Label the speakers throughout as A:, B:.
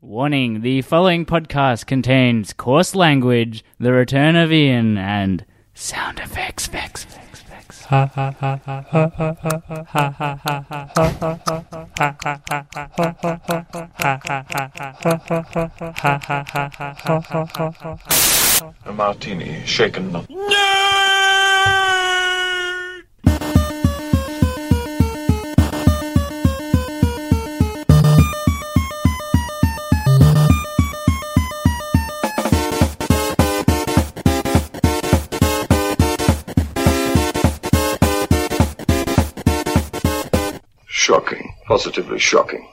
A: Warning the following podcast contains coarse language, the return of Ian, and sound effects. Vex, vex, vex.
B: A martini, shaken not. Shocking. Positively shocking.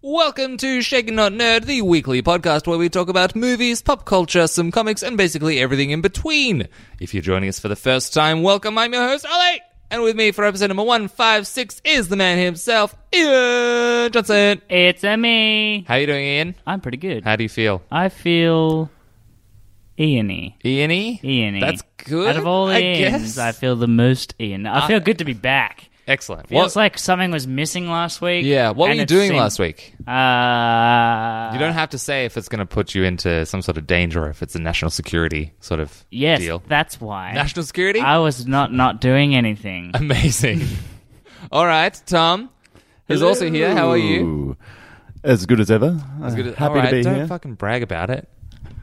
C: Welcome to Shaken Not Nerd, the weekly podcast where we talk about movies, pop culture, some comics, and basically everything in between. If you're joining us for the first time, welcome. I'm your host, Ollie. And with me for episode number 156 is the man himself, Ian Johnson.
A: It's a me.
C: How you doing, Ian?
A: I'm pretty good.
C: How do you feel?
A: I feel Ian-y.
C: Iany?
A: Ian-y.
C: That's good,
A: Out of all the
C: I
A: Ians,
C: guess.
A: I feel the most Ian. I feel good to be back.
C: Excellent.
A: Feels
C: What,
A: like something was missing last week.
C: yeah, what were
A: and
C: you
A: it
C: doing
A: seemed-
C: last week?
A: Uh,
C: You don't have to say if it's going to put you into some sort of danger or if it's a national security sort of
A: Yes,
C: deal.
A: that's why.
C: National security?
A: I was not not doing anything.
C: Amazing. All right, Tom, who's also here. How are you?
D: Ooh. As good as ever. As
C: Good-
D: Happy
C: all right,
D: to be
C: don't
D: here.
C: fucking brag about it.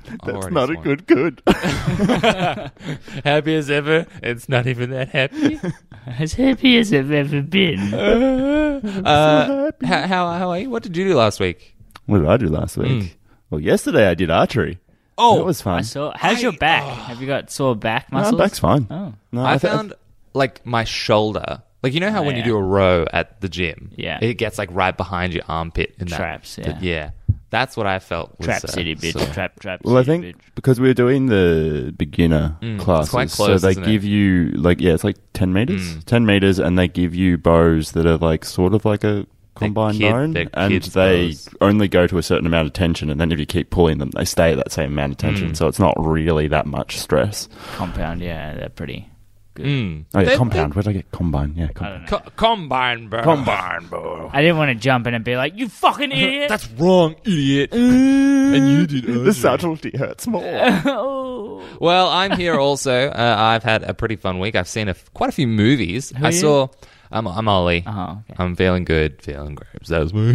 C: I'm
D: That's
C: already
D: not a
C: sworn.
D: good good.
C: Happy as ever. It's not even that happy.
A: As happy as I've ever been.
C: uh, how, how how are you? What did you do last week?
D: what did I do last week? Well, yesterday I did archery.
C: Hmm. Oh,
D: that was fun.
A: I saw. How's
C: I- oh.
A: your back? Have you got sore back
D: No,
A: muscles?
D: back's fine.
A: Oh.
D: No,
C: I,
D: th-
C: found like my shoulder. Like you know how when
A: yeah.
C: you do a row at the gym,
A: Yeah.
C: it gets like right behind your armpit in that
A: Traps, yeah.
C: that- yeah, that's what I felt. Was,
A: Trap
C: uh,
A: city bitch.
C: so-
A: Trap trap.
D: Well, I
A: city,
D: think
A: bitch.
D: because we were doing the beginner classes,
C: Hmm, quite close,
D: so they
C: isn't it? Hmm.
D: give you like yeah, it's like ten meters, ten meters, and they give you bows that are like sort of like a combined
C: kid-
D: bone,
C: they're
D: and
C: kids'
D: they
C: bows.
D: only go to a certain amount of tension, and then if you keep pulling them, they stay at that same amount of tension.
C: Hmm.
D: So it's not really that much stress.
A: compound. Yeah, they're pretty.
C: Mm.
D: Oh yeah,
C: They-
D: compound. Where did I get combine? Yeah, combine.
C: Co- combine, bro.
D: Combine, bro.
A: I didn't want to jump in and be like, "You fucking idiot."
C: That's wrong, idiot.
D: and
C: did
D: Mm. the subtlety hurts more.
A: oh.
C: Well, I'm here also. Uh, I've had a pretty fun week. I've seen a f- quite a few movies. I
A: you?
C: saw. I'm, I'm Ollie.
A: Oh, okay.
C: I'm feeling good, feeling great. That was my.
A: What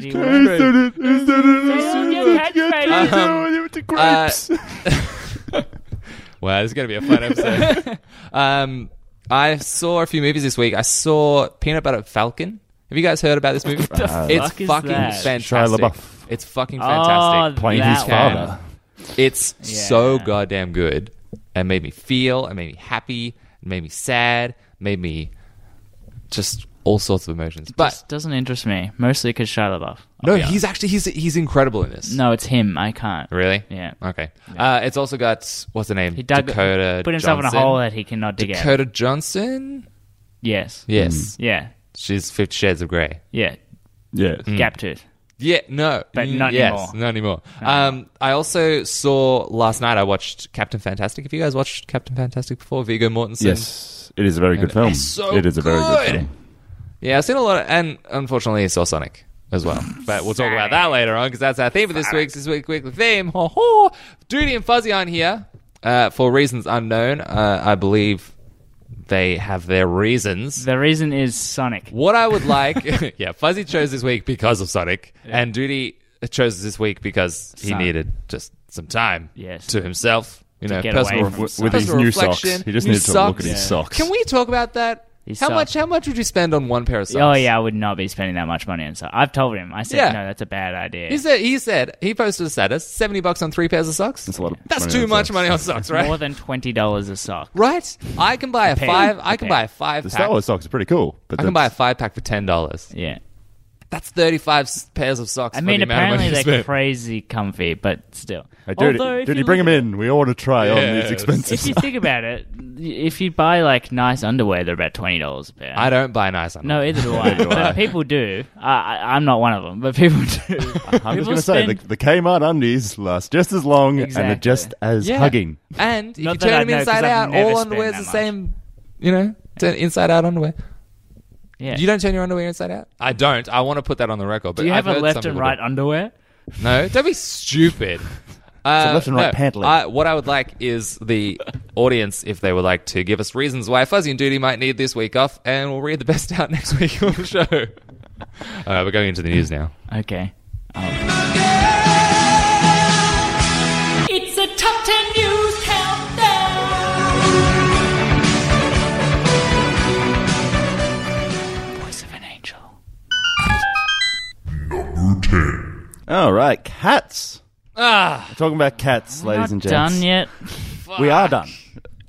A: do you want?
D: Um, uh,
C: Well, this is going to be a fun episode. um, I saw a few movies this week. I saw Peanut Butter Falcon. Have you guys heard about this movie? it's
A: fuck is
C: fucking
A: that?
D: Shia
C: fantastic.
D: LaBeouf.
C: It's fucking
A: Oh,
C: fantastic.
D: Playing
A: that
D: his
A: one.
D: father.
C: It's so
A: Yeah.
C: goddamn good. It made me feel. It made me happy. It made me sad. It made me just all sorts of emotions. But
A: This doesn't interest me. Mostly because Shia LaBeouf.
C: no, he's actually he's he's incredible in this.
A: No, it's him. I can't.
C: Really?
A: Yeah.
C: Okay. Uh, it's also got what's the name?
A: He dug
C: Dakota.
A: put himself
C: Johnson.
A: in a hole that he cannot dig out.
C: Dakota Johnson.
A: Yes. Mm.
C: Yes,
A: Yeah.
C: she's Fifty Shades of Grey.
A: Yeah.
D: Yeah.
C: Mm.
A: Gap tooth.
C: Yeah, no,
A: But
C: Mm,
A: not
C: yes,
A: anymore.
C: Not anymore. Um, I also saw last night. I watched Captain Fantastic. Have you guys watched Captain Fantastic before? Vigo Mortensen.
D: Yes, it is a very good film.
C: it's so
D: it is a very good,
C: good.
D: film.
C: Yeah, I've seen a lot, of, and unfortunately, I saw Sonic as well.
D: Mm.
C: But we'll talk about that later on because that's our theme for this week's this week weekly theme. Ho ho! Duty and Fuzzy aren't here uh, for reasons unknown. Uh, I believe they have their reasons.
A: The reason is Sonic.
C: What I would like, yeah, Fuzzy chose this week because of Sonic, and Duty chose this week because he
A: Son.
C: needed just some time
A: Yes.
C: to himself. You know,
A: get
C: personal
A: away from
C: ref-
D: With his
C: personal
D: new
C: reflection,
D: socks. He just
C: new
D: needed to look
C: socks.
D: at his socks.
C: Can we talk about that?
A: His
C: how
A: socks.
C: much? How much would you spend on one pair of socks?
A: Oh yeah, I would not be spending that much money on stuff. I've told him. I said
C: Yeah.
A: no, that's a bad idea.
C: He said he said he posted a status seventy bucks on three pairs of socks.
D: That's a lot of
C: That's
D: money
C: too
D: on
C: much
D: socks.
C: money on socks, right?
A: More than twenty dollars a sock.
C: right? I can buy a
A: pair.
C: five.
A: A
C: I can
A: pair.
C: buy a five
D: The
C: pack.
D: Star Wars socks are pretty cool. But
C: I can
D: that's-
C: buy a five pack for ten dollars.
A: Yeah.
C: That's thirty five pairs of socks.
A: I
C: for
A: mean,
C: the amount of
A: apparently
C: money
A: they're
C: you spent.
A: crazy comfy, but still.
D: Hey, dude,
A: Although, if
D: dude,
A: you
D: you bring
A: look
D: them in. We all want to try on
C: Yes.
D: these expensive.
A: If you think about it, y- if you buy like nice underwear, they're about twenty dollars a pair.
C: I don't buy nice.
A: no,
C: underwear.
A: either do I. but people do. I, I, I'm not one of them, but people do.
D: I'm just
A: People
D: going to say the,
A: spend-
D: the Kmart undies last just as long and
A: Exactly.
D: are just as
C: Yeah.
D: hugging.
C: And if
A: Not
C: you
A: that I
C: turn them
A: know, 'cause
C: inside
A: I've
C: out,
A: never
C: all
A: spent
C: underwear's
A: that
C: the
A: much.
C: same. You know, turn inside out underwear.
A: Yeah.
C: You don't turn your underwear inside out. I don't. I want to put that on the record. But
A: Do you have
C: I've
A: a
C: heard
A: left
C: some
A: and
C: people do.
A: right underwear?
C: No, don't be stupid. Uh,
D: left and right pant leg.
C: I, what I would like is the audience, if they would like to give us reasons why Fuzzy and Duty might need this week off, and we'll read the best out next week on the show. All right, we're going into the news now.
A: Okay.
E: It's a top 10 news countdown.
A: Voice of an angel.
D: All right, cats.
C: Ah,
D: We're talking about cats,
A: Not
D: ladies and gents.
A: done yet.
D: We are done.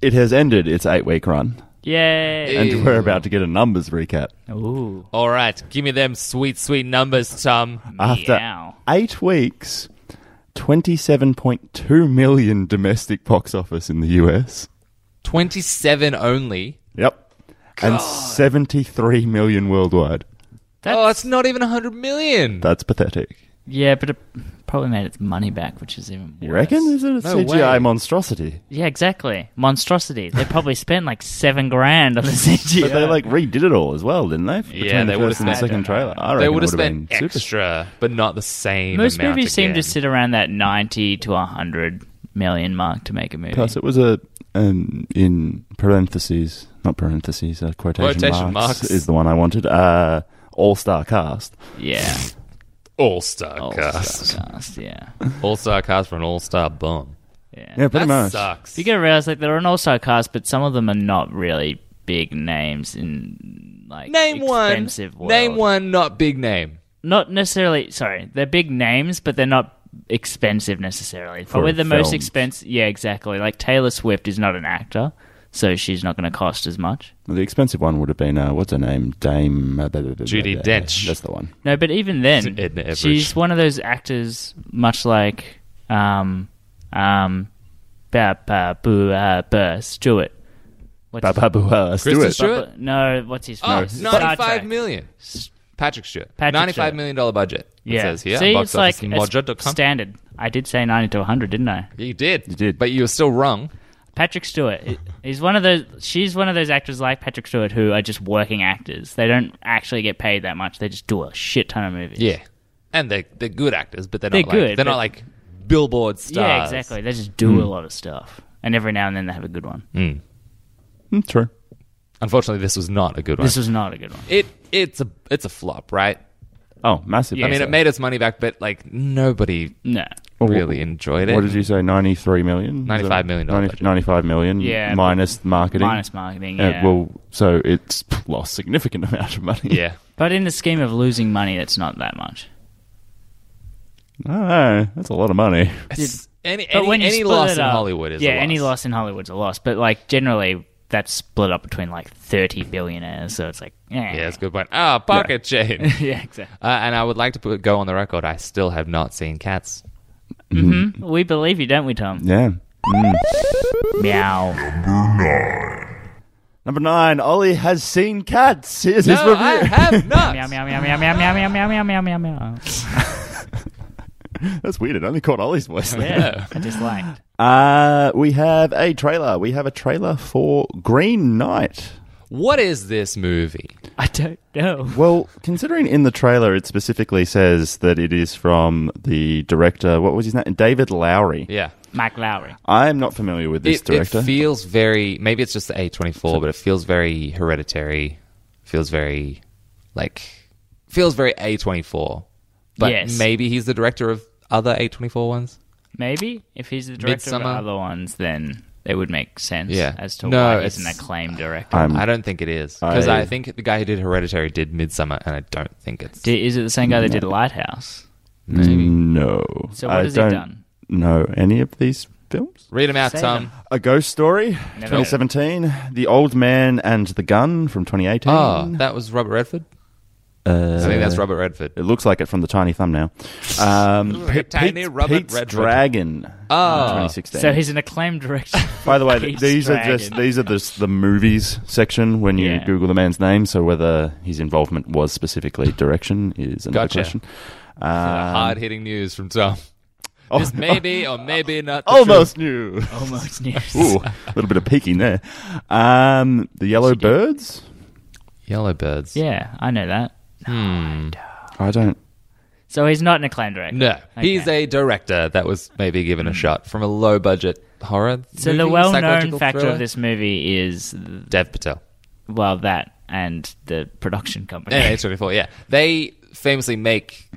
D: It has ended its eight week run,
A: Yay.
C: Ew.
D: and we're about to get a numbers recap.
A: Ooh.
C: all right. Give me them sweet, sweet numbers, Tom.
D: After
A: Meow.
D: eight weeks, 27.2 million domestic box office in the US.
C: Twenty-seven only.
D: Yep. And 73 million worldwide.
C: oh, it's not even hundred million.
D: That's pathetic.
A: Yeah, but it probably made its money back, which is even worse.
D: You reckon? Is it a
C: No
D: CGI
C: way.
D: monstrosity?
A: Yeah, exactly. Monstrosity. They probably spent like seven grand on the CGI.
D: But they like redid it all as well, didn't they? Between
C: Yeah, they
D: the
C: would've
D: first and the
C: spent-
D: second trailer. I reckon
C: they
D: it
C: would have
D: would've
C: spent
D: been super-
C: extra, but not the same.
A: Most
C: amount
A: movies seem to
C: again.
A: sit around that 90 to 100 million mark to make a movie.
D: Plus, it was a um, in parentheses, not parentheses, uh, quotation,
C: Quotation
D: marks,
C: marks.
D: is the one I wanted. Uh, all star cast.
A: Yeah.
C: all star
A: All
C: cast,
A: star cast, yeah.
C: all star cast for an all star bum.
A: Yeah.
D: Yeah, pretty
C: That
D: much.
C: sucks.
A: You get to realize like there are an all-star cast, but some of them are not really big names in like
C: Name one.
A: expensive world.
C: Name one, not big name.
A: Not necessarily. Sorry, they're big names, but they're not expensive necessarily.
D: For
A: Probably the most
D: films.
A: expensive. Yeah, exactly. Like Taylor Swift is not an actor, so she's not going to cost as much.
D: The expensive one would have been uh, what's her name, Dame uh, blah, blah, blah,
C: Judi
D: blah, blah.
C: Dench.
D: That's the one.
A: No, but even then,
C: Edna Everage.
A: she's one of those actors, much like um um, ba ba boo ah, bah, Stewart. What's
D: Ba, ba, ba, ba,
C: Kristen
D: Stewart.
C: Stewart?
A: But- no, what's his
C: Oh,
A: name? Star Trek.
C: ninety-five million. Patrick Stewart.
A: Patrick
C: Ninety-five
A: Stewart.
C: million dollar budget. it
A: Yeah,
C: says here.
A: See,
C: box
A: it's like
C: office
A: it's
C: mojo.com.
A: standard. I did say ninety to one hundred, didn't I?
C: you did. You
D: did.
C: But you were still wrong.
A: Patrick Stewart. i- He's one of those. She's one of those actors like Patrick Stewart who are just working actors. They don't actually get paid that much. They just do a shit ton of movies.
C: Yeah. And they're they're good actors, but they're not
A: They're
C: like
A: good,
C: they're
A: but-
C: not like billboard stars.
A: yeah, exactly. They just do a
C: Hmm.
A: lot of stuff, and every now and then they have a good one.
C: Mm.
D: Mm, true.
C: Unfortunately, this was not a good one.
A: This was not a good one.
C: it it's a it's a flop, right?
D: Oh, massive.
C: I mean,
D: So-
C: it made its money back, but like nobody
A: No.
D: Well,
C: really enjoyed it.
D: What did you say? Ninety-three million.
C: $95 million dollar budget.
D: Ninety-five million.
A: Yeah,
D: Minus marketing.
A: Minus marketing.
D: Uh,
A: Yeah.
D: well, so it's lost significant amount of money.
C: yeah.
A: but in the scheme of losing money, that's not that much.
D: Oh, that's a lot of money.
C: It's- Any,
A: But
C: any,
A: when you
C: any
A: split
C: loss
A: it
C: in
A: up-
C: Hollywood is
A: yeah,
C: a loss.
A: any loss in Hollywood's a loss. But like generally, that's split up between like thirty billionaires. So it's like eh.
C: Yeah, that's a good point. Ah, pocket change.
A: yeah, exactly.
C: Uh, and I would like to put, go on the record. I still have not seen Cats.
A: We believe you, don't we, Tom?
D: Yeah.
A: Meow.
D: Number nine. Ollie has seen cats. Here's his
C: No,
D: review.
C: I have not.
A: Meow, meow, meow, meow, meow, meow, meow, meow, meow, meow, meow, meow.
D: That's weird. It only caught Ollie's voice. there.
A: Yeah, I disliked.
D: Uh, we have a trailer. We have a trailer for Green Knight.
C: What is this movie?
A: I don't know.
D: Well, considering in the trailer it specifically says that it is from the director, what was his name? David Lowry.
C: Yeah,
A: Mike Lowry.
D: I'm not familiar with this
C: it, it
D: director.
C: feels very. Maybe it's just the A twenty four, but it feels very hereditary. Feels very like feels very A twenty four. But
A: Yes.
C: maybe he's the director of other A twenty four ones.
A: Maybe if he's the director
C: Midsummer.
A: of other ones, then it would make sense
C: Yeah.
A: as to
C: No,
A: why
C: it's-
A: he's an acclaimed director.
D: I'm-
C: I don't think it is because I,
D: I-
C: think the guy who did Hereditary did Midsummer, and I don't think it's.
A: D- is it the same guy that did Lighthouse?
D: no.
A: So what
D: I
A: has he
D: don't
A: done?
D: know any of these films.
C: Read him out,
A: Say
C: Tom.
A: them.
D: A Ghost Story,
A: Never
D: 2017. The Old Man and the Gun from 2018.
C: Oh, that was Robert Redford.
D: Uh,
C: I think that's Robert Redford.
D: It looks like it from the tiny thumbnail. Um,
C: Like a tiny
D: Pete's-
C: Robert
D: Pete's
C: Redford.
D: Dragon.
C: Oh.
D: 2016.
A: So he's an acclaimed director.
D: By the way, th-
A: Pete's
D: these are
A: Dragon.
D: just these are just the movies section when you
A: Yeah.
D: Google the man's name. So whether his involvement was specifically direction is another
C: Gotcha.
D: question. Uh, Um,
C: Hard hitting news from Tom.
D: Oh,
C: This may be or maybe not. the
D: almost new.
A: almost news.
D: Ooh, a little bit of peeking there. Um, the Yellow Birds.
C: Yellow birds.
A: Yeah, I know that.
D: I don't.
A: So he's not an acclaimed director.
C: No, he's
A: Okay.
C: a director that was maybe given a shot from a low budget horror.
A: So
C: movie,
A: the well-known
C: psychological
A: factor
C: thriller.
A: of this movie is th-
C: Dev Patel,
A: well that and the production company.
C: A twenty four. Yeah, they famously make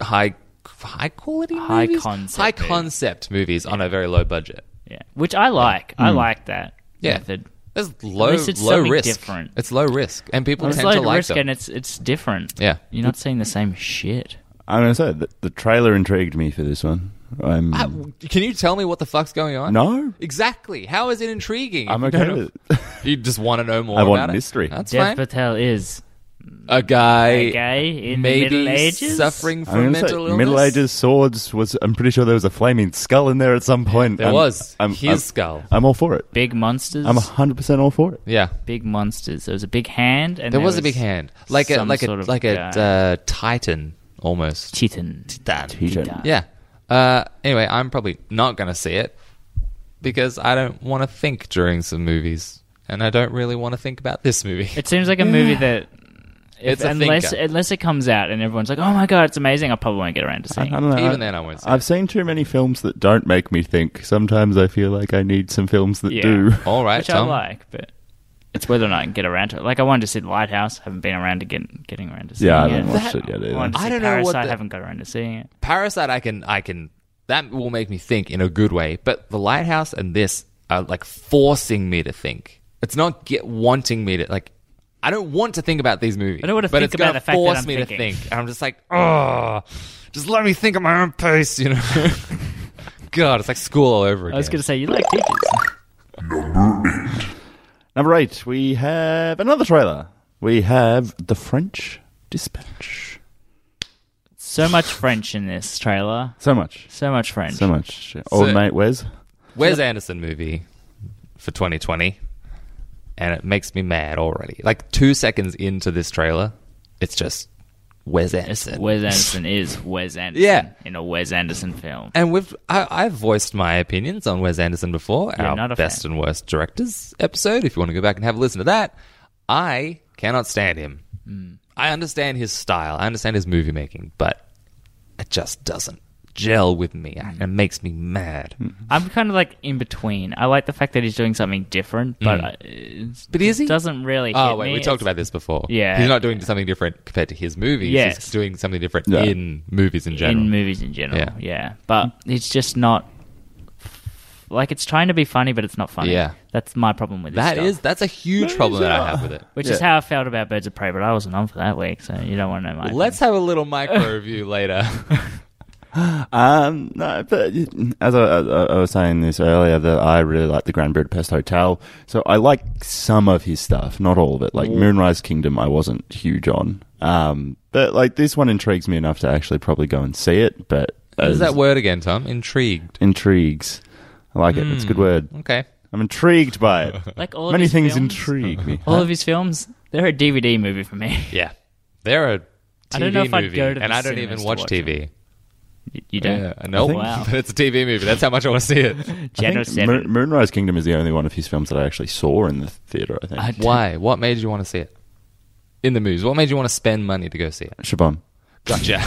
C: high high quality,
A: High
C: movies?
A: concept
C: high
A: movies.
C: concept movies on a very low budget.
A: yeah, which I like.
D: Hmm.
A: I like that
C: Yeah.
A: method.
C: There's low
A: least it's
C: low
A: something
C: risk.
A: different.
C: It's low risk, and people
A: Well, it's
C: tend
A: low
C: to like
A: risk
C: them.
A: and it's it's different.
C: yeah,
A: You're not seeing the same shit.
D: I'm gonna say that the trailer intrigued me for this one. I'm
A: Ah,
C: Uh, can you tell me what the fuck's going on?
D: no,
C: Exactly. How is it intriguing?
D: I'm okay with it.
C: You just want to know more.
D: I want
C: about it?
D: mystery.
C: That's
A: Dev
C: fine.
A: Patel is
C: A guy,
A: a gay in
C: maybe
A: the Middle Ages.
C: suffering
D: I'm
C: from
D: gonna
C: mental
D: say
C: illness.
D: Middle Ages swords was. I'm pretty sure there was a flaming skull in there at some point.
C: There
D: I'm-
C: was
D: I'm,
C: his
D: I'm-
C: skull.
D: I'm all for it.
A: Big monsters.
D: I'm 100 percent all for it.
C: Yeah,
A: big monsters. There was a big hand, and
C: there was a big hand, like a
A: some
C: like a
A: sort of
C: like a
A: guy.
C: uh, titan almost.
A: Titan.
D: Titan.
A: Titan.
C: Yeah. Uh, anyway, I'm probably not going to see it because I don't want to think during some movies, and I don't really want to think about this movie.
A: It seems like a movie that. If,
C: It's a
A: unless
C: thinker.
A: unless it comes out and everyone's like, "Oh my god, it's amazing!" I probably won't get around to
D: I, I
A: seeing. it.
D: don't know.
C: Even
D: I,
C: then, I won't see
D: I've seen too many films that don't make me think. Sometimes I feel like I need some films that
A: Yeah.
D: do.
C: All right,
A: which
C: Tom.
A: I like, but it's whether or not I can get around to it. Like I wanted to see The Lighthouse, haven't been around to get, getting around to seeing
D: Yeah, I
A: it.
D: haven't watched
C: That-
D: it yet
A: I
D: either.
A: wanted to
C: I
A: see
C: don't know what
A: Parasite,
C: the-
A: haven't got around to seeing it.
C: Parasite, I can, I can. That will make me think in a good way. But The Lighthouse and this are like forcing me to think. It's not get wanting me to like. I don't want to think about these movies.
A: I don't want to
C: but
A: think
C: it's
A: about
C: gonna
A: the fact that
C: force
A: I'm
C: me
A: thinking.
C: to think. And I'm just like, oh, just let me think at my own pace, you know. God, it's like school all over again.
A: I was going to say you like teachers.
D: Number eight, we have another trailer. We have The French Dispatch.
A: So much French in this trailer.
D: So much.
A: So much French.
D: So much. Old
C: So-
D: mate Wes.
C: Wes Anderson movie for 2020, and it makes me mad already. Like two seconds into this trailer, it's just Wes
A: Yes,
C: Anderson.
A: Wes Anderson is Wes Anderson
C: Yeah.
A: in a Wes Anderson film.
C: And we've I, I've voiced my opinions on Wes Anderson before,
A: You're
C: our
A: not a
C: best
A: fan.
C: and worst directors episode. If you want to go back and have a listen to that, I cannot stand him.
A: Hmm.
C: I understand his style, I understand his movie making, but it just doesn't gel with me,
A: Hmm.
C: and it makes me mad.
A: I'm kind of like in between. I like the fact that he's doing something different, but
C: Mm.
A: I- it's-
C: But is he?
A: it doesn't really.
C: Oh
A: hit
C: wait,
A: me.
C: we talked
A: It's-
C: about this before.
A: Yeah.
C: he's not doing something different compared to his movies.
A: Yes.
C: he's doing something different
D: Yeah.
C: in movies in general.
A: in movies in general.
C: Yeah.
A: Yeah. But it's just not like it's trying to be funny, but it's not funny.
C: Yeah.
A: That's my problem with this
C: that
A: stuff.
C: is that's a huge problem that I have with it.
A: which
D: Yeah.
A: is how I felt about Birds of Prey, but I wasn't on for that week, so you don't want to know my.
C: Let's have a little micro review later.
D: Um, no, but as I, as I I was saying this earlier, that I really like the Grand Budapest Hotel. So I like some of his stuff, not all of it. Like Moonrise Kingdom, I wasn't huge on. Um, but like this one intrigues me enough to actually probably go and see it. But
C: What is
D: as-
C: that word again, Tom? Intrigued.
D: Intrigues. I like it. It's a good word.
C: Okay.
D: I'm intrigued by it.
A: like Hmm. all of
D: Many
A: his
D: things
A: films,
D: intrigue me.
A: All of his films, they're a DVD movie for me.
C: Yeah, they're a TV
A: I don't know if I'd
C: movie,
A: go to the
C: and I don't
A: cinemas
C: even
A: to
C: watch,
A: watch
C: TV.
A: You don't.
C: Yeah, no,
D: think-
A: Wow.
C: but it's a TV movie. That's how much I want to see it.
D: I
A: Jeno
D: think
A: Seven.
D: Moon- Moonrise Kingdom is the only one of his films that I actually saw in the theater. I think.
A: I-
C: Why? What made you want to see it? In the movies, what made you want to spend money to go see it?
D: Shabon.
C: Gotcha.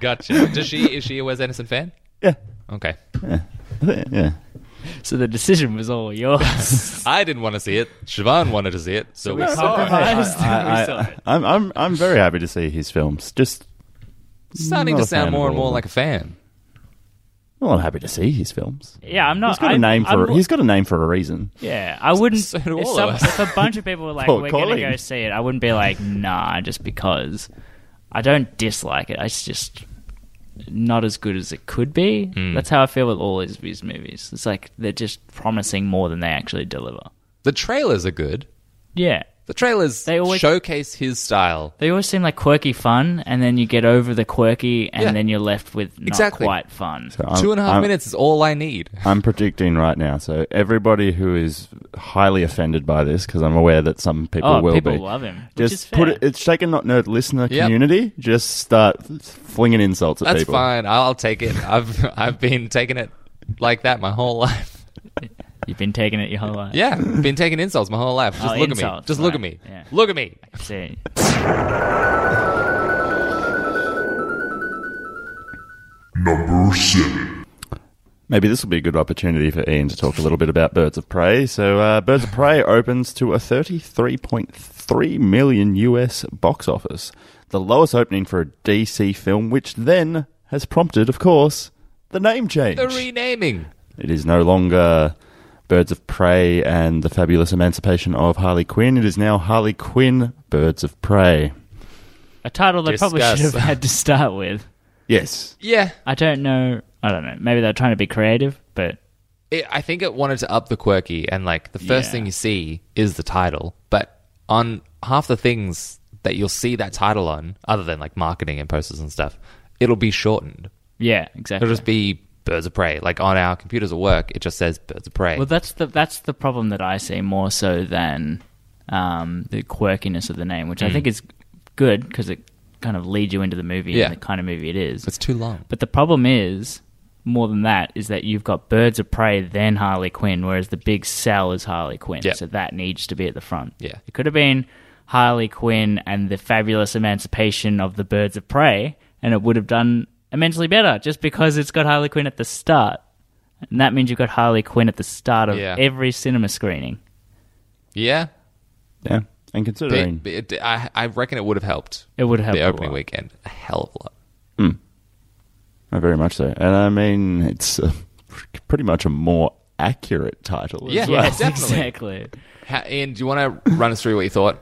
C: gotcha. Does she is she a Wes Anderson fan?
D: Yeah.
C: Okay.
D: Yeah.
A: so the decision was all yours.
C: I didn't want to see it. Siobhan wanted to see it, so we saw it.
A: Compromised.
D: I, am I'm I'm very happy to see his films. Just
C: Starting
D: Not
C: to
D: a fan
C: sound more
D: of
C: and
D: all
C: more
D: of
C: like a fan.
D: well, I'm happy to see his films.
A: yeah, I'm not.
D: He's got a
A: I'm-
D: name for
A: I'm-
D: he's got a name for a reason.
A: Yeah, I wouldn't.
C: so do
A: if,
C: all
A: some-
C: of us.
A: if a bunch of people were like,
D: Poor
A: "We're going to
D: Colin.
A: go see it," I wouldn't be like, "Nah," just because. I don't dislike it. It's just not as good as it could be.
C: Hmm.
A: That's how I feel with all his, his movies. It's like they're just promising more than they actually deliver.
C: The trailers are good.
A: Yeah,
C: The trailers
A: They always-
C: showcase his style.
A: they always seem like quirky fun, and then you get over the quirky, and
C: Yeah.
A: then you're left with not
C: Exactly.
A: quite fun.
D: I'm-
C: Two and a half
D: I'm-
C: minutes is all I need.
D: I'm predicting right now. So everybody who is highly offended by this, because I'm aware that some people
A: oh,
D: will
A: people
D: be.
A: love him.
D: just
A: which is fair.
D: put it. It's shaken not nerd listener
C: Yep.
D: community. Just start flinging insults at
C: That's
D: people.
C: fine. I'll take it. I've I've been taking it like that my whole life.
A: You've been taking it your whole life.
C: Yeah, been taking insults my whole life. Just
A: Oh,
C: look at me.
A: insults,
C: Just
A: right.
C: look at me.
A: Yeah.
C: Look at me.
A: See,
F: Number seven.
D: Maybe this will be a good opportunity for Ian to talk a little bit about Birds of Prey. So, uh, Birds of Prey opens to a 33.3 million US box office, the lowest opening for a DC film, which then has prompted, of course, the name change.
C: The renaming.
D: It is no longer Birds of Prey and the fabulous emancipation of Harley Quinn. It is now Harley Quinn Birds of Prey.
A: A title they probably should
C: Discuss.
A: have had to start with.
D: Yes.
C: Yeah.
A: I don't know. I don't know. Maybe they're trying to be creative, but
C: It, I think it wanted to up the quirky, and like the first
A: Yeah.
C: thing you see is the title. But on half the things that you'll see that title on, other than like marketing and posters and stuff, it'll be shortened.
A: yeah, exactly.
C: It'll just be Birds of Prey. Like on our computers at work, it just says Birds of Prey.
A: Well, that's the that's the problem that I see more so than um, the quirkiness of the name,
C: Hmm.
A: which I think is good because it kind of leads you into the movie
C: Yeah.
A: and the kind of movie it is.
C: it's too long.
A: But the problem is, more than that, is that you've got Birds of Prey, then Harley Quinn, whereas the big sell is Harley Quinn.
C: Yep.
A: So that needs to be at the front.
C: Yeah.
A: It could have been Harley Quinn and the fabulous emancipation of the Birds of Prey, and it would have done immensely better just because it's got Harley Quinn at the start. And that means you've got Harley Quinn at the start of
C: Yeah.
A: every cinema screening.
C: Yeah.
D: Yeah. And considering.
C: But- but it- I, I reckon it would have helped
A: It would have
C: the
A: helped a
C: opening
A: lot.
C: weekend a hell of a lot.
D: Oh, very much so. And I mean, it's a, pretty much a more accurate title. as
C: Yeah.
D: well.
A: Yes,
C: definitely.
A: exactly.
C: Ha Ian, do you want to run us through what you thought?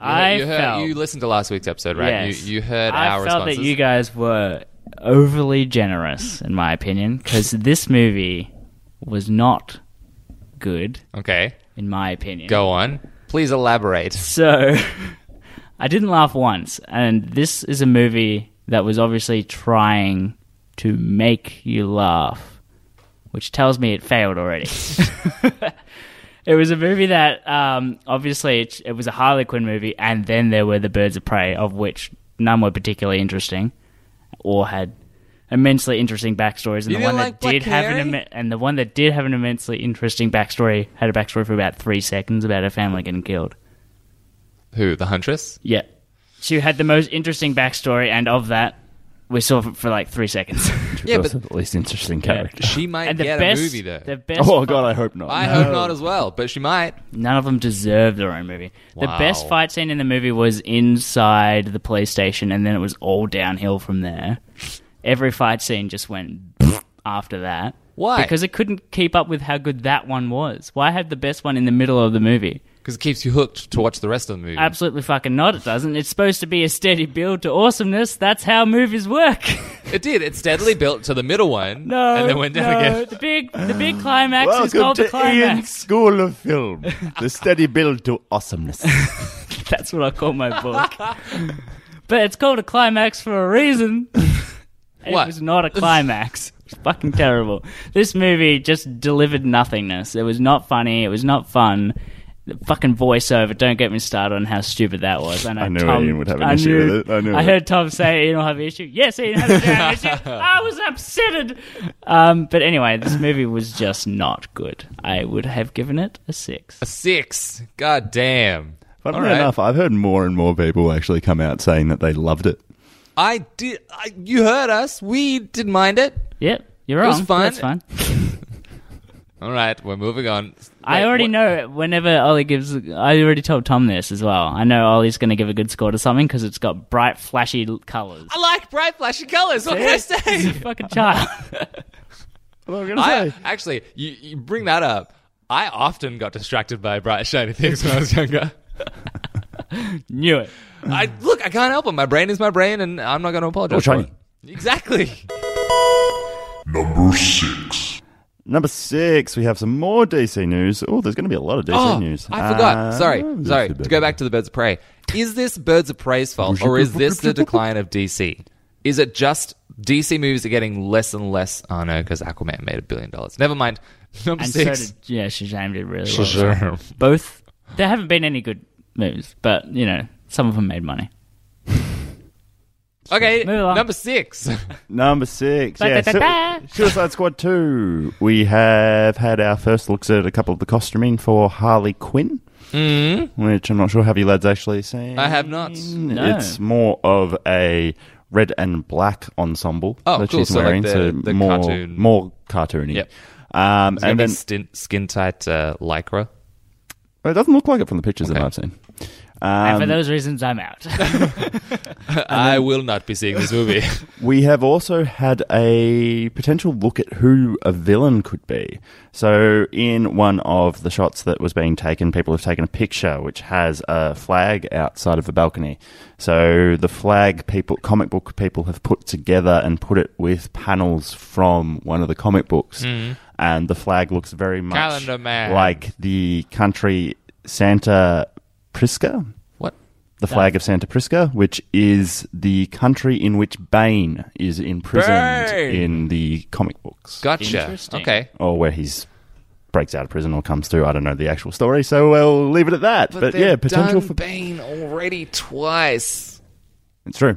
C: You heard-
A: I
C: you, heard,
A: felt
C: you listened to last week's episode, right?
A: Yes.
C: You, you heard
A: I
C: our
A: felt
C: responses.
A: that you guys were overly generous, in my opinion, because this movie was not good,
C: okay,
A: in my opinion.
C: go on. Please elaborate.
A: So, I didn't laugh once, and this is a movie that was obviously trying to make you laugh, which tells me it failed already. It was a movie that um, obviously it, it was a Harley Quinn movie, and then there were the Birds of Prey, of which none were particularly interesting, or had immensely interesting backstories. And the
C: You didn't
A: one
C: like
A: that
C: Black
A: did have an
C: Canary?
A: imme- and the one that did have an immensely interesting backstory had a backstory for about three seconds about her family getting killed.
C: Who? The Huntress?
A: Yeah, she had the most interesting backstory, and of that, we saw it for like three seconds.
C: Yeah,
D: That's
C: but
D: at least interesting character.
C: she might
A: and the
C: get
A: best
C: a movie though.
A: the best
D: Oh God, I hope not.
C: I hope not as well, but she might.
A: None of them deserve their own movie.
C: Wow.
A: The best fight scene in the movie was inside the police station, and then it was all downhill from there. Every fight scene just went after that.
C: Why?
A: Because it couldn't keep up with how good that one was. Why have the best one in the middle of the movie?
C: Because it keeps you hooked to watch the rest of the movie.
A: Absolutely fucking not, it doesn't. It's supposed to be a steady build to awesomeness. That's how movies work.
C: It did. It steadily built to the middle one
A: no.
C: and then went down
A: no,
C: again.
A: The big, the big climax is
D: Welcome
A: called the
D: to Ian's
A: climax.
D: School of Film, the steady build to awesomeness.
A: That's what I call my book. but it's called a climax for a reason. And
C: What?
A: It was not a climax. It's fucking terrible. This movie just delivered nothingness. It was not funny. It was not fun. The fucking voiceover. Don't get me started on how stupid that was. know
D: I knew
A: Tom-
D: Ian would have an
A: I
D: issue
A: knew-
D: with it. I knew it.
A: heard Tom say Ian will have an issue. Yes, Ian has a damn issue. I was upset. Um, but anyway, this movie was just not good. I would have given it a six.
C: A six. God damn.
D: Funnily
C: All right.
D: enough, I've heard more and more people actually come out saying that they loved it.
C: I did. I, you heard us. We didn't mind it.
A: Yep, you're
C: It
A: wrong.
C: was
A: but
C: fun.
A: That's fine.
C: All right, we're moving on.
A: I
C: Wait,
A: already
C: what-
A: know it whenever Ollie gives. I already told Tom this as well. I know Ollie's going to give a good score to something because it's got bright, flashy colors.
C: I like bright, flashy colors. What can I say?
A: Fucking child.
C: I actually, you, you bring that up. I often got distracted by bright, shiny things when I was younger.
A: Knew it.
C: I look, I can't help it. My brain is my brain, and I'm not going to apologize.
D: Or
C: for
D: shiny.
C: it. Exactly.
F: Number six.
D: Number six, we have some more DC news. Oh, there's going to be a lot of DC
C: Oh,
D: news.
C: I forgot.
D: Uh,
C: sorry, sorry. To go back to the Birds of Prey, is this Birds of Prey's fault, or is this the decline of DC? Is it just DC movies are getting less and less? Oh no, because Aquaman made a billion dollars. Never mind. Number
A: And so
C: six.
A: did yeah, Shazam did really well. Both. There haven't been any good moves, but you know, some of them made money.
C: okay,
A: Move on.
C: number six.
D: Number six, yeah,
A: Ba-da-da-da.
D: Su- Suicide Squad two. We have had our first looks at a couple of the costuming for Harley Quinn,
C: Mm-hmm.
D: which I'm not sure have you lads actually seen.
C: I have not.
A: No.
D: It's more of a red and black ensemble
C: Oh,
D: that
C: cool.
D: she's
C: So, like,
D: wearing,
C: the-
D: so
C: the
D: more
C: cartoon-
D: more cartoony.
C: Yep.
D: Um,
C: and
D: and then
C: skin tight uh, lycra.
D: it doesn't look like it from the pictures
C: Okay.
D: that I've seen.
A: and for those reasons, I'm out.
C: I will not be seeing this movie.
D: We have also had a potential look at who a villain could be. So, in one of the shots that was being taken, people have taken a picture which has a flag outside of a balcony. So, the flag people, comic book people have put together and put it with panels from one of the comic books. And the flag looks very much
C: Mm. Calendar Man.
D: like the country Santa Prisca.
C: what?
D: The flag of Santa Prisca, which is the country in which Bane is imprisoned
C: Bane!
D: in the comic books,
C: Gotcha.
A: Interesting.
C: Okay.
D: or where he's breaks out of prison or comes through. I don't know the actual story, so we'll leave it at that. But, yeah, potential for
C: Bane already twice.
D: it's true.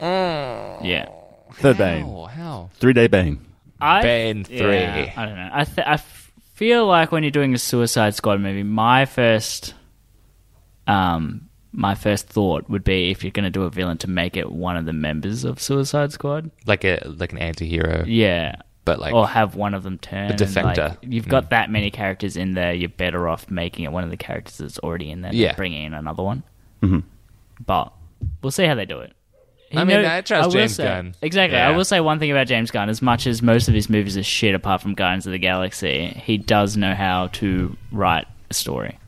A: yeah.
D: Third Bane,
C: Oh, how?
D: three day Bane.
A: I,
C: Bane
A: Yeah, I don't know. I, th- I f- feel like when you're doing a Suicide Squad movie, my first, um, my first thought would be if you're going to do a villain to make it one of the members of Suicide Squad.
C: Like a like an anti-hero.
A: Yeah.
C: But like Mm.
A: or have one of them turn and, like,
C: defector.
A: you've got that many characters in there. You're better off making it one of the characters that's already in there. than
C: Yeah.
A: bringing in another one. Mm-hmm. But we'll see how they do it. He
C: I mean, I trust
A: will
C: James
A: say-
C: Gunn.
A: Exactly. I
C: Yeah.
A: will say one thing about James Gunn: as much as most of his movies are shit, apart from Guardians of the Galaxy, he does know how to write a story.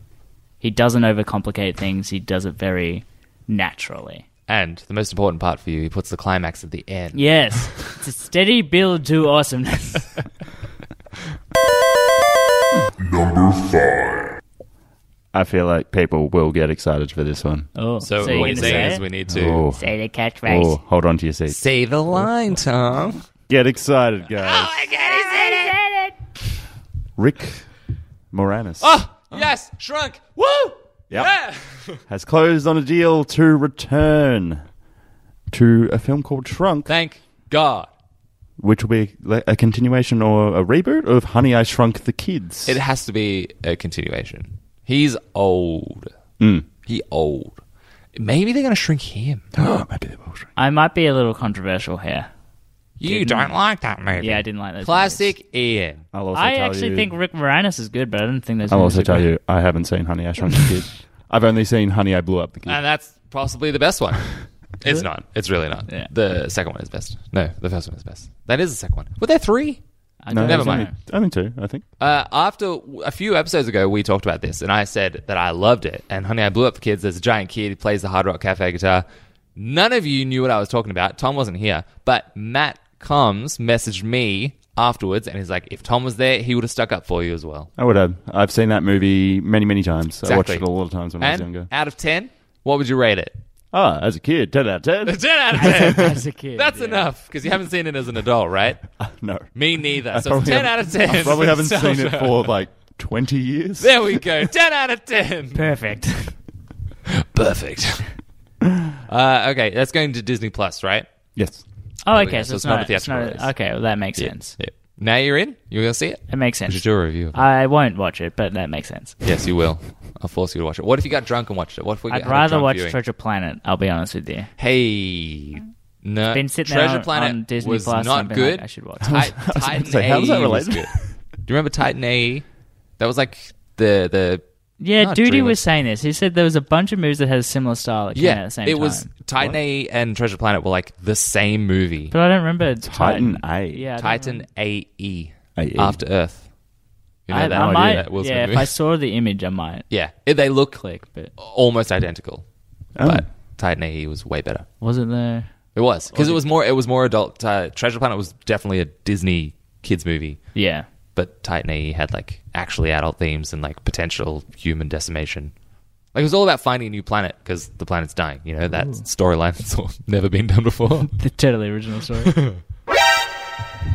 A: He doesn't overcomplicate things. He does it very naturally.
C: and the most important part for you, he puts the climax at the end.
A: Yes, it's a steady build to awesomeness.
F: Number five.
D: I feel like people will get excited for this one.
A: Oh,
C: So,
A: you're
C: what
A: gonna
C: you're
A: say
C: saying
A: it?
C: is we need to
D: Oh,
A: Say the catchphrase.
D: oh, hold on to your seats.
C: say the line, Tom.
D: Get excited, guys. Rick Moranis
C: Oh yes, shrunk. Woo!
D: Yep. has closed on a deal to return to a film called Shrunk.
C: Thank God.
D: which will be like a continuation or a reboot of Honey, I Shrunk the Kids.
C: It has to be a continuation. He's old. He old. Maybe they're gonna shrink him.
D: Maybe they will shrink.
A: I might be a little controversial here.
C: You don't like that movie.
A: Yeah, I didn't like those.
C: Classic Ian.
D: I'll also
A: movies. I
D: tell
A: actually
D: you,
A: think Rick Moranis is good, but I don't think those.
D: I'll
A: movies
D: also
A: are
D: tell
A: good.
D: you, I haven't seen Honey, I Shrunk the Kids. I've only seen Honey, I Blew Up the Kid.
C: And that's possibly the best one. it's not. It's really not.
A: Yeah.
C: The second one is best. No, the first one is best. That is the second one. Were there three?
A: I don't
C: Uh, never
D: there's
A: know.
C: mind.
D: Only, only two, I think.
C: Uh, after a few episodes ago, we talked about this, and I said that I loved it. And honey, I blew up the kids. There's a giant kid who plays the Hard Rock Cafe guitar. None of you knew what I was talking about. Tom wasn't here, but Matt comes messaged me afterwards, and he's like, "If Tom was there, he would have stuck up for you as well."
D: I would have. I've seen that movie many, many times. I watched
C: Exactly.
D: it a lot of times when I was
C: And
D: younger.
C: out of ten, what would you rate it?
D: Ah, as a kid, 10 out of 10.
C: Ten out of ten.
A: As a kid,
C: That's
A: yeah.
C: enough because you haven't seen it as an adult, right?
D: no.
C: Me neither. So it's
D: probably
C: ten out
D: haven't-
C: of ten.
D: I probably haven't seen
C: Nostalgia.
D: it for like 20 years.
C: There we go. ten out of ten.
A: Perfect.
C: Perfect. uh, okay, that's going to Disney Plus, right?
D: Yes.
A: Oh,
C: yeah,
A: okay. So, it's not,
C: a
A: it's not-
C: theatrical release.
A: okay. Well, that makes sense.
C: Yeah. Now you're in. You're going to see it.
A: That makes
C: You should
A: sense.
C: do a review. of it.
A: I won't watch it, but that makes sense.
C: yes, you will. I'll force you to watch it. What if you got drunk and watched it? What if we?
A: I'd
C: had a
A: rather
C: drunk
A: watch
C: viewing?
A: Treasure Planet. I'll be honest with you.
C: Hey, no.
A: Been sitting there
C: Treasure
A: on-
C: Planet
A: on Disney
C: was
A: Plus and I've
C: not
A: been
C: good.
A: like, I should watch.
C: Ti-
D: I was
C: Titan
D: gonna say, how does that
C: AE was
D: related?
C: good. Do you remember Titan AE? That was like the the
A: Yeah,
C: Not
A: Duty
C: Dreamers.
A: was saying this. He said there was a bunch of movies that had a similar style that came out
C: yeah.
A: at the same
C: it
A: time.
C: was Titan AE and Treasure Planet were like the same movie.
A: but I don't remember
D: Titan A.
A: Yeah, I don't
C: Titan AE
D: AE.
C: After Earth. You know
A: I,
C: that,
A: I
C: idea,
A: might,
C: that Will Smith
A: yeah, if
C: movie?
A: I saw the image, I might
C: Yeah, it- they look
A: click. But
C: almost identical,
D: Oh.
C: but Titan AE was way better.
A: was it there?
C: It was because it was more. It was more adult. Uh, Treasure Planet was definitely a Disney kids movie,
A: Yeah,
C: but Titan AE had like actually adult themes and like potential human decimation. Like it was all about finding a new planet because the planet's dying. You know that
A: Hmm.
C: storyline that's all- never been done before.
A: the totally original story.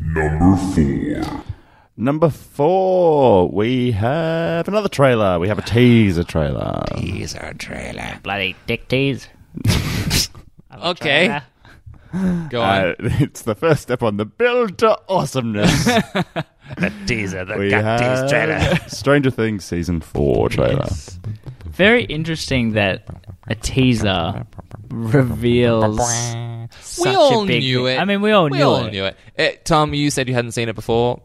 F: Number four.
D: Number four, we have another trailer. We have a teaser trailer.
A: Bloody dick tease. I love
C: Okay.
A: China.
C: Go on.
D: Uh, it's the first step on the build to awesomeness.
G: Teaser, the
D: we
G: cut
D: have
G: tease trailer.
D: Stranger Things season four trailer.
A: Very interesting that a teaser reveals such
C: we all
A: a big
C: knew
A: thing.
C: it.
A: I mean, we all
C: we
A: knew
C: all
A: it.
C: knew it. Eh, Tom, you said you hadn't seen it before.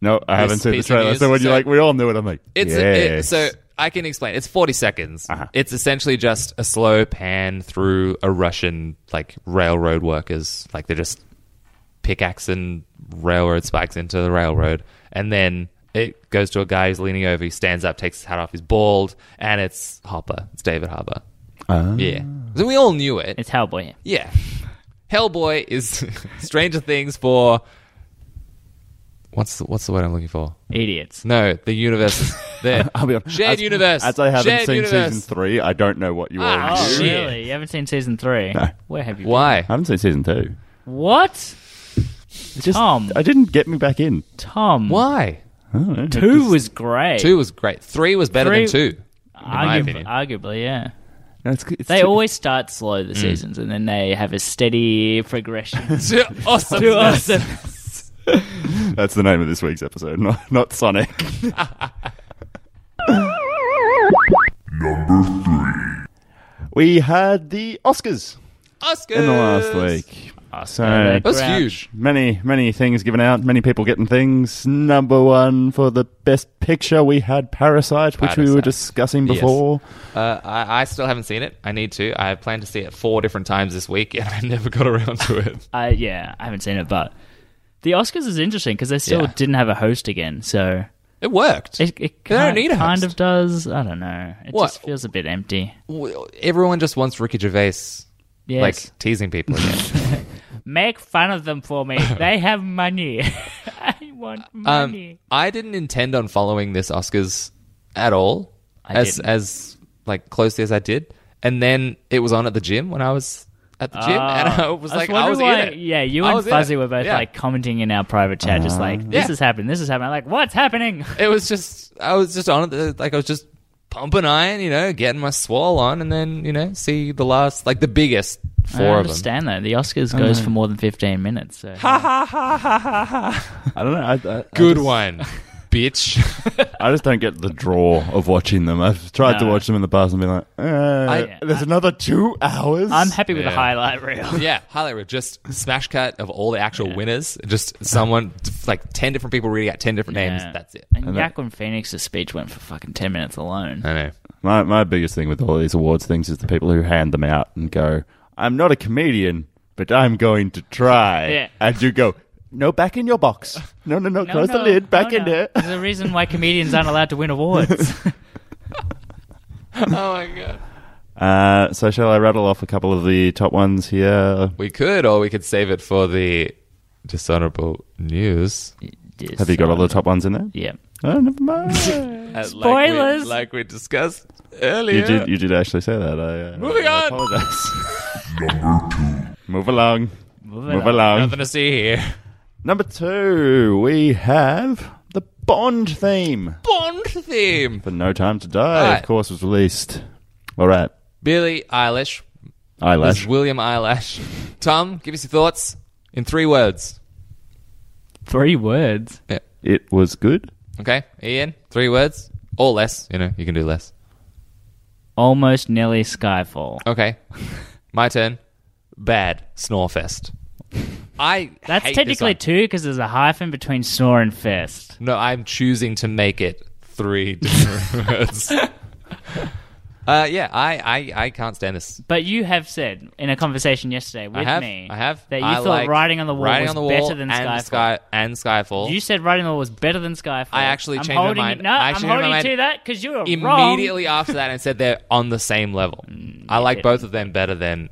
D: No, I haven't seen the
C: piece of
D: trailer.
C: news,
D: So when you're
C: so-
D: like, we all knew it, I'm like,
C: It's it,
D: yes.
C: so I can explain. It's forty seconds.
D: Uh-huh.
C: It's essentially just a slow pan through a Russian like railroad workers, like they're just pickaxing railroad spikes into the railroad, and then it goes to a guy who's leaning over. He stands up, takes his hat off, he's bald, and it's Harper. It's David Harper.
D: Ah.
C: Yeah, so we all knew it.
A: It's Hellboy.
C: Yeah. Hellboy is Stranger Things for what's the, what's the word I'm looking for?
A: Idiots.
C: No, the universe. is there.
D: I'll be honest.
C: Shared
D: as,
C: universe.
D: As I haven't
C: Shared
D: seen
C: universe.
D: season three, I don't know what you
C: Ah,
D: all
A: Oh,
D: knew.
C: shit.
A: really? You haven't seen season three?
D: No.
A: Where have you
C: Why?
D: I haven't seen season two.
A: been? What?
D: It just,
A: Tom.
D: I didn't get me back in.
A: Tom.
C: Why?
D: I don't know. It
A: Two
D: Oh, just-
A: was great.
C: Two was great. Three was better than
A: Three-
C: two. my
A: Argu-
C: opinion.
A: arguably, yeah.
D: No, it's- it's
A: They
D: too-
A: always start slow,
C: Mm.
A: the seasons, and then they have a steady progression
C: Two awesome.
A: to awesome.
D: That's the name of this week's episode, not, not Sonic.
F: Number three.
D: We had the Oscars
C: Oscars.
D: in the last week. Ah, So
A: Oscar.
C: That's
A: Grouch.
C: huge.
D: many, many things given out, many people getting things. Number one for the best picture, we had Parasite, which we were
C: Parasite.
D: discussing
C: Yes.
D: before.
C: Uh, I, I still haven't seen it. I need to. I plan to see it four different times this week, and I never got around to it.
A: I Uh, yeah, I haven't seen it, but the Oscars is interesting because they still
C: Yeah.
A: didn't have a host again, so
C: It worked.
A: it, it
C: They don't
A: kind,
C: need a
A: kind
C: host.
A: of does. I don't know. It
C: What?
A: just feels a bit empty.
C: W- Everyone just wants Ricky Gervais,
A: Yes.
C: like teasing people again.
A: Make fun of them for me. they have money. I want money.
C: Um, I didn't intend on following this Oscars at all,
A: I
C: as
A: didn't.
C: as like closely as I did. And then it was on at the gym when I was at the gym, and
A: Ah,
C: I was, like, I was
A: wondering why-
C: in it.
A: Yeah, you
C: I
A: and
C: was in
A: Fuzzy
C: it.
A: were both
C: Yeah. Uh-huh.
A: like commenting in our private chat, just like this
C: Yeah.
A: has happened, this has happened. I'm like, what's happening?
C: It was just, I was just on it, uh, like I was just pumping iron, you know, getting my swole on, and then you know, see the last, like the biggest
A: I
C: four
A: don't
C: of
A: understand that the Oscars goes for more than 15 minutes. So.
D: I don't know. I, I, I
C: them. Good
D: just-
C: one, bitch.
D: I just don't get the draw of watching them. I've tried to
A: No.
D: watch them in the past and been like, eh,
C: I-
D: there's another two hours.
A: I'm happy with the
C: Yeah.
A: highlight reel.
C: Yeah, highlight reel. Just smash cut of all the actual winners. Just someone, like 10 different people reading out 10 different names.
A: Yeah.
C: That's it.
A: And Yaquin Phoenix's speech went for fucking 10 minutes alone.
C: I know.
D: My my biggest thing with all these awards things is the people who hand them out and go, "I'm not a comedian, but I'm going to try."
A: Yeah.
D: And you go, "No, back in your box. No, no, no,
A: No,
D: close
A: no,
D: the lid. Back
A: no,
D: in
A: no.
D: there."
A: There's a reason why comedians aren't allowed to win awards.
C: oh my God.
D: Uh, so shall I rattle off a couple of the top ones here?
C: We could, or we could save it for the dishonorable news.
A: Just,
D: Have you got all the top ones in there?
A: Yeah.
D: Oh, never mind.
C: Like
A: Spoilers!
C: we, like we discussed earlier.
D: you did. You did actually say that. I, uh,
C: Moving
D: I
C: on.
D: apologize. Move along.
A: Moving
D: Move
A: on.
D: along.
C: Nothing to see here.
D: Number two, we have the Bond theme.
C: Bond theme.
D: But No Time to Die,
C: Right.
D: of course, was released. All right.
C: Billie Eilish. This
D: Eyelash.
C: is William Eilish. Tom, give us your thoughts in three words.
A: Three words.
D: It was good.
C: Okay, Ian, three words or less. You know, you can do less.
A: Almost nearly Skyfall.
C: Okay. My turn. Bad Snorefest. I
A: That's
C: hate this
A: technically
C: one.
A: two because there's a hyphen between snore and fest.
C: No, I'm choosing to make it three different words. Uh, yeah, I, I, I can't stand this.
A: But you have said in a conversation yesterday with
C: I have,
A: me
C: I have.
A: that you
C: I
A: thought
C: like
A: Riding on the Wall
C: Riding
A: was
C: on the Wall
A: better than
C: and
A: Skyfall.
C: Sky and Skyfall.
A: You said Riding on the Wall was better than Skyfall.
C: I actually
A: I'm
C: changed my
A: holding
C: mind.
A: You, no,
C: I
A: I'm
C: actually changed my
A: holding you
C: mind
A: to that because you were
C: immediately
A: wrong. Mm,
C: after that and said they're on the same level. I like
A: didn't.
C: both of them better than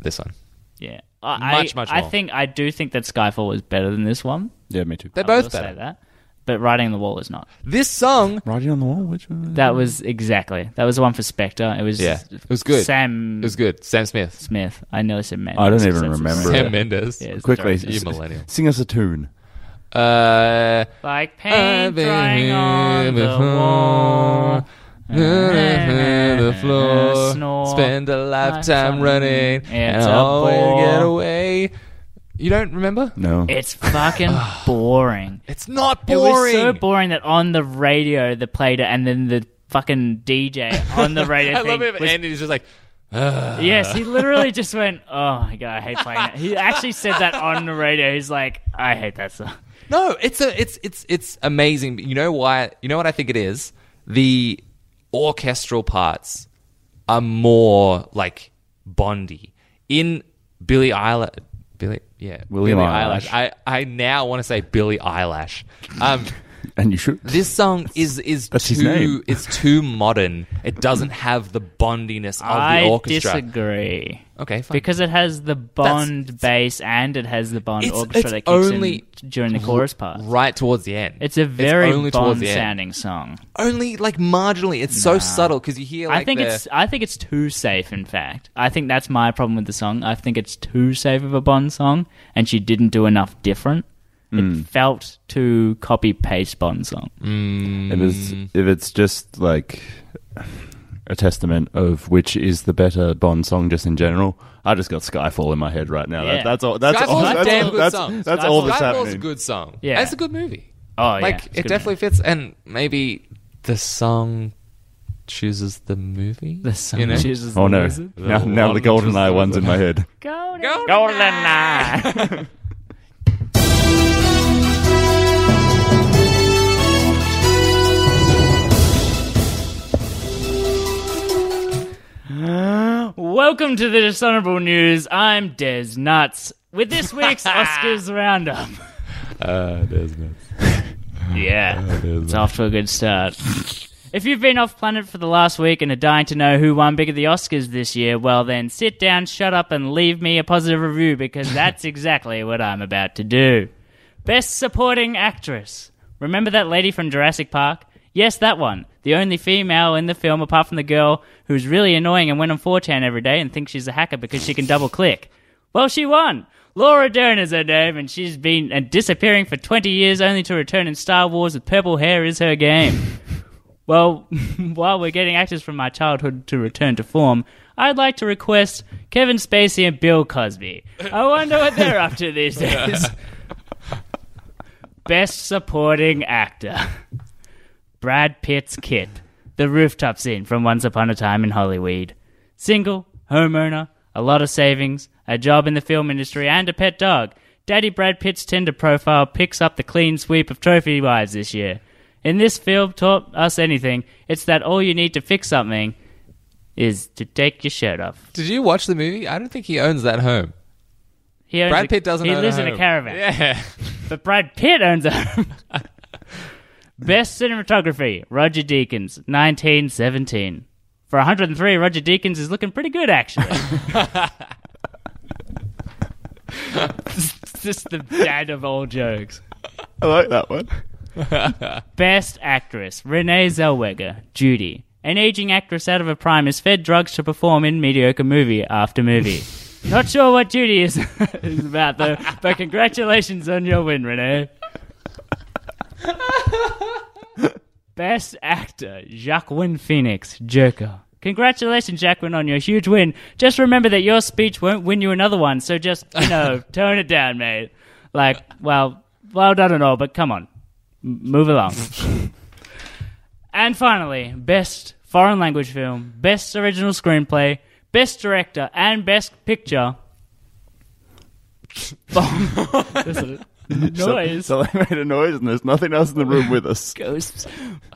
C: this one.
A: Yeah, I,
C: Much,
A: I-
C: much
A: I
C: more.
A: think I do think that Skyfall was better than this one.
D: Yeah, me too.
C: They're
A: I will
C: both
A: say
C: better.
A: that. But Riding on the Wall is not.
C: This song,
D: Riding on the wall, which one?
A: That was exactly that was the one for Spectre. It was
C: Mm. yeah, it was good.
A: Sam
C: it was good. Sam Smith,
A: Smith. I nearly said man.
D: I don't
A: That's-
D: even
A: that's-
D: remember
A: that's-
C: Sam Mendes.
A: Yeah, it's
D: Quickly,
A: terrible.
C: You
D: s-
C: millennial.
D: sing us a tune.
C: Uh,
A: Like
C: I've
A: paint
C: been
A: drying
C: here
A: on the
C: before.
A: wall.
C: the floor.
A: Snore.
C: Spend a lifetime
A: Lifetime.
C: running and
A: It's a
C: always
A: bore.
C: get away. You don't remember?
D: No.
A: It's fucking boring.
C: It's not
A: It was
C: boring.
A: so boring that on the radio the played it, and then the fucking DJ on the radio
C: I
A: thing
C: love it.
A: was
C: Andy's just like,
A: Yes,
C: Uh.
A: he literally just went, "Oh my god, I hate playing that." He actually said that on the radio. He's like, "I hate that song."
C: No, it's a, it's it's it's amazing. You know why? You know what I think it is? The orchestral parts are more like Bondy in Billie Eilish. Billy, yeah,
D: William
C: Billie
D: Eilish.
C: I, I now want to say Billie Eilish. Um,
D: And you should.
C: this song is is
D: That's his
C: too
D: name.
C: it's too modern. It doesn't have the Bondiness of
A: I
C: the orchestra.
A: disagree
C: Okay, fine.
A: because it has the Bond bass and it has the Bond
C: It's-
A: orchestra
C: it's
A: that kicks
C: only-
A: in during the chorus part.
C: right towards the end,
A: It's a very
C: only towards
A: Bond
C: the end.
A: sounding song.
C: Only like marginally. It's so subtle because you hear. Like,
A: I think
C: the-
A: it's I think it's too safe. In fact, I think that's my problem with the song. I think it's too safe of a Bond song, and she didn't do enough different.
C: Hmm.
A: It felt too copy paste Bond song.
D: If it's, if it's just like a testament of which is the better Bond song, just in general, I just got Skyfall in my head right now.
A: Yeah.
D: That, that's all. That's
C: Skyfall's
D: all.
C: a
D: That's,
C: damn
D: all,
C: good
D: that's,
C: song.
D: that's all that's
C: Skyfall's
D: happening.
C: a good song.
A: Yeah.
C: And it's a good movie.
A: Oh yeah, it's
C: like it
A: good.
C: definitely fits, and maybe the song chooses the movie.
A: The song
C: you know?
A: chooses
D: Oh
A: the
D: no!
A: music.
D: Now, now the golden eye one's in my head.
A: Golden,
C: Golden
A: Eye. Uh, Welcome to the Dishonorable News. I'm Des Nuts with this week's Oscars Roundup.
C: Uh, there's no.
A: Yeah, it's off to a good start. If you've been off planet for the last week and are dying to know who won Big of the Oscars this year, well then sit down, shut up, and leave me a positive review because that's exactly what I'm about to do. Best Supporting Actress. Remember that lady from Jurassic Park? Yes, that one. The only female in the film apart from the girl who's really annoying and went on 4chan every day and thinks she's a hacker because she can double click. Well, she won. Laura Dern is her name, and she's been uh, disappearing for 20 years only to return in Star Wars with purple hair is her game. Well, while we're getting actors from my childhood to return to form, I'd like to request Kevin Spacey and Bill Cosby. I wonder what they're up to these days. Best supporting actor Brad Pitt's Kit, the rooftop scene from Once Upon a Time in Hollywood. Single, homeowner, a lot of savings, a job in the film industry, and a pet dog. Daddy Brad Pitt's Tinder profile picks up the clean sweep of trophy wives this year. In this film taught us anything, it's that all you need to fix something is to take your shirt off.
C: Did you watch the movie? I don't think he owns that home.
A: He owns
C: Brad
A: a-
C: Pitt doesn't.
A: He
C: own
A: lives in
C: home.
A: a caravan.
C: Yeah.
A: But Brad Pitt owns a home. Best cinematography, Roger Deakins, 1917. For 103, Roger Deakins is looking pretty good, actually. It's just the dad of all jokes.
D: I like that one.
A: Best Actress Renee Zellweger, Judy. An aging actress out of her prime is fed drugs to perform in mediocre movie after movie. Not sure what Judy is, is about, though, but congratulations on your win, Renee. Best Actor Jacqueline Phoenix, Joker. Congratulations, Jacqueline, on your huge win. Just remember that your speech won't win you another one, so just, you know, tone it down, mate. Like, well, well done and all, but come on move along. and finally, best foreign language film, best original screenplay, best director, and best picture. Bong. There's a noise.
D: So they made a noise, and there's nothing else in the room with us.
A: ghosts.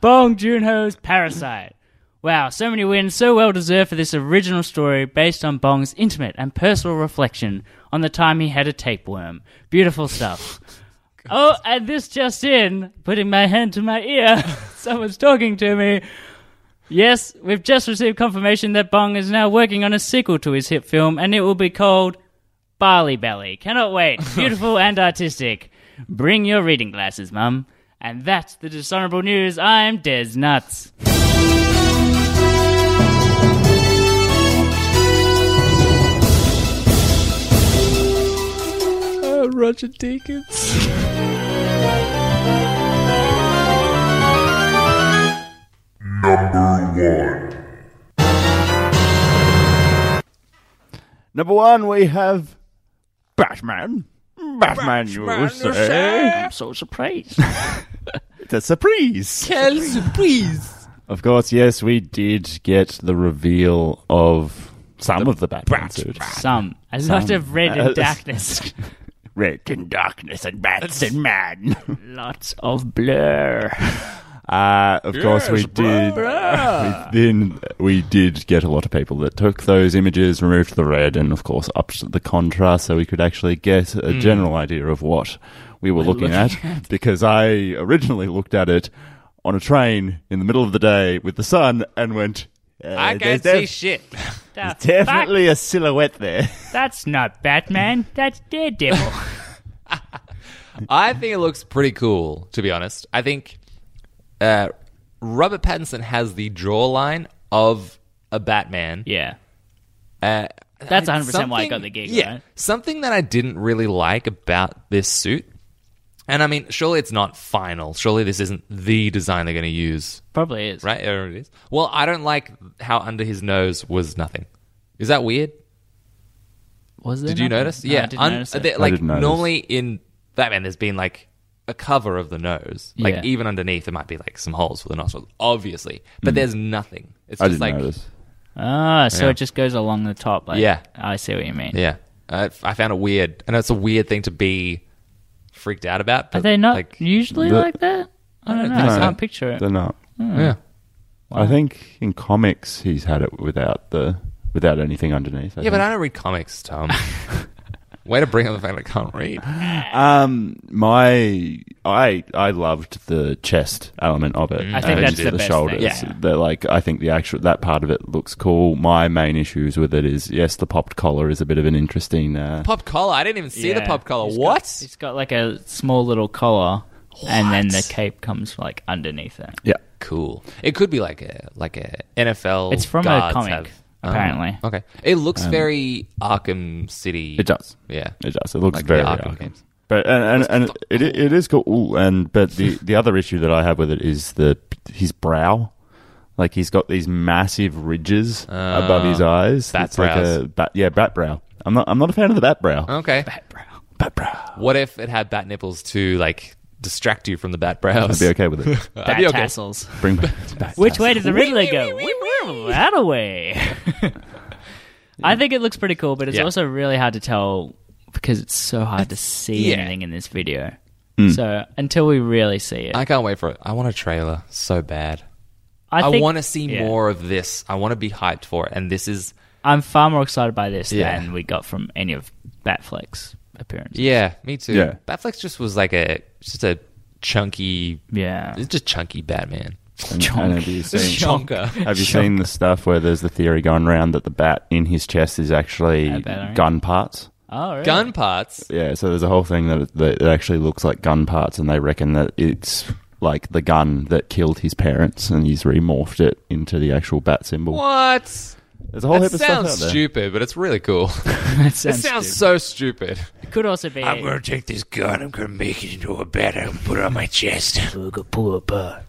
A: Bong Joon-ho's Parasite. Wow, so many wins, so well deserved for this original story based on Bong's intimate and personal reflection on the time he had a tapeworm. Beautiful stuff. oh, and this just in, putting my hand to my ear, someone's talking to me. Yes, we've just received confirmation that Bong is now working on a sequel to his hit film, and it will be called Barley Belly. Cannot wait. Beautiful and artistic. Bring your reading glasses, Mum. And that's the dishonorable news. I'm Des Nuts.
C: Oh, Roger Deakins.
F: Number one.
D: Number one, we have Batman. Batman, you will say.
A: I'm so surprised.
D: It's a surprise.
C: Quelle surprise!
D: Of course, yes, we did get the reveal of Some of the Batman
C: Bat-
D: suit.
A: Some. As lot
D: Some.
A: of red
D: Uh,
A: and darkness.
D: Red in darkness and bats and man.
A: Lots of blur.
D: Uh, of course, we did. we then we did get a lot of people that took those images, removed the red, and of course upped the contrast, so we could actually get a
C: Hmm.
D: general idea of what we were looking, at, Because I originally looked at it on a train in the middle of the day with the sun and went. Uh,
C: I
D: there's
C: can't see
D: def-
C: shit.
A: The
D: Definitely a silhouette there.
A: fuck? That's not Batman. That's Daredevil.
C: I think it looks pretty cool, to be honest. I think uh, Robert Pattinson has the jawline of a Batman.
A: yeah.
C: Uh,
A: That's
C: I-
A: 100% why I
C: something-
A: got the gig,
C: Yeah,
A: right?
C: something that I didn't really like about this suit, and I mean, surely it's not final. Surely this isn't the design they're going to use,
A: Probably is.
C: right? Or it is. Well, I don't like how under his nose was nothing. Is that weird?
A: Was there
C: Did you
A: nothing?
C: notice?
A: No,
C: yeah,
A: I didn't
C: un-
A: notice it.
C: they- like
D: didn't notice.
C: normally in Batman, there's been like a cover of the nose. Like
A: Yeah.
C: even underneath, there might be like some holes for the nostrils, obviously, but there's nothing. It's
D: Hmm. I
C: just
D: didn't
C: like
D: notice.
A: Ah, so
C: Yeah.
A: it just goes along the top. Like,
C: Yeah.
A: I see what you mean.
C: yeah, I, I found it weird, and it's a weird thing to be freaked out about. But
A: Are they not
C: Like,
A: usually
D: The-
A: like that? I don't know. I
D: so.
A: can't picture it.
D: They're not.
C: yeah.
D: I think in comics he's had it without the without anything underneath.
C: Yeah, but I don't read comics, Tom. Way to bring up the fact I can't read.
D: Um, my I I loved the chest element of it.
A: I think
D: and
A: that's the best
D: shoulders.
A: thing, yeah.
D: They're like I think the actual that part of it looks cool. My main issues with it is yes, the popped collar is a bit of an interesting. Uh,
C: Pop collar. I didn't even see the
A: Yeah.
C: pop collar.
A: He's got-
C: what?
A: It's got like a small little collar, and then the
C: What?
A: cape comes like underneath it.
D: yeah,
C: cool. It could be like a like a NFL.
A: It's from a
C: guards
A: comic,
C: have-
A: apparently. Um,
C: Oh, okay, it looks very Arkham City.
D: it does.
C: Yeah.
D: It does. It looks
C: Like the
D: very
C: Arkham
D: Arkham.
C: games.
D: But and and, and it, it is cool. Ooh, and but the the other issue that I have with it is the his brow. Like he's got these massive ridges above his eyes.
C: bat
D: It's like a
C: brows. Uh,
D: bat, yeah, bat brow. I'm not. I'm not a fan of the bat brow.
C: Okay.
D: Bat brow.
C: What if it had bat nipples to like distract you from the bat brows?
D: I'd be okay with it.
A: Bat
C: be okay.
A: tassels.
D: Bring back. back
A: Which way does the Riddler go? That away. I think it looks pretty cool, but it's
C: Yeah.
A: also really hard to tell because it's so hard to see
C: yeah. Hmm.
A: anything in this video. So until we really see it,
C: I
A: I,
C: can't wait for it. I want a trailer so bad. I,
A: think-
C: want to see
A: yeah.
C: more of this. I want to be hyped for it. And this is
A: I'm far more excited by this
C: Yeah.
A: than we got from any of Batfleck's appearance.
C: yeah, me too.
D: Yeah.
C: Batflex just was like a just a chunky,
A: Yeah.
C: it's just chunky Batman.
D: And, and have you seen,
C: Chonker.
D: have you seen the stuff where there's the theory going round that the bat in his chest is actually
A: Yeah, battery.
D: gun parts?
A: Oh, really?
C: Gun parts.
D: Yeah, so there's a whole thing that it, that it actually looks like gun parts, and they reckon that it's like the gun that killed his parents, and he's remorphed it into the actual bat symbol.
C: What?
D: There's a whole
C: that
D: heap of stuff out
C: sounds
D: there.
C: stupid, but it's really cool.
A: That
C: it
A: sounds
C: sounds
A: stupid.
C: so stupid.
A: It could also be.
G: I'm gonna take this gun. I'm gonna make it into a bat. I'm gonna put it on my chest. I'm gonna pull it apart.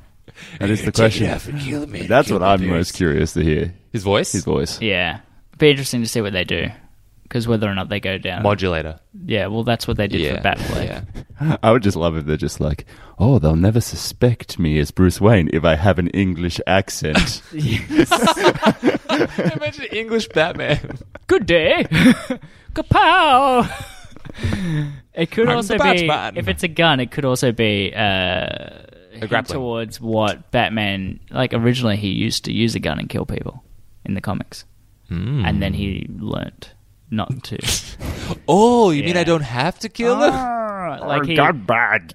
D: That is the
G: Take it
D: question.
G: off and kill the man.
D: That's
G: Kill
D: what
G: my
D: I'm
G: parents.
D: most curious to hear.
C: His voice?
D: His voice.
A: Yeah, be interesting to see what they do because whether or not they go down.
C: Modulator.
A: yeah, well, that's what they did for Batfleck.
C: Yeah.
D: I would just love if they're just like, oh, they'll never suspect me as Bruce Wayne if I have an English accent.
C: Imagine English Batman.
A: Good day, kapow. it could
C: I'm
A: also
C: the
A: be
C: Batman.
A: if it's a gun. It could also be uh,
C: A
A: hint
C: grappling.
A: towards what Batman like originally. He used to use a gun and kill people in the comics,
C: Hmm.
A: and then he learnt not to.
C: Oh, you mean
A: Yeah.
C: I don't have to kill them?
A: Ah, like he,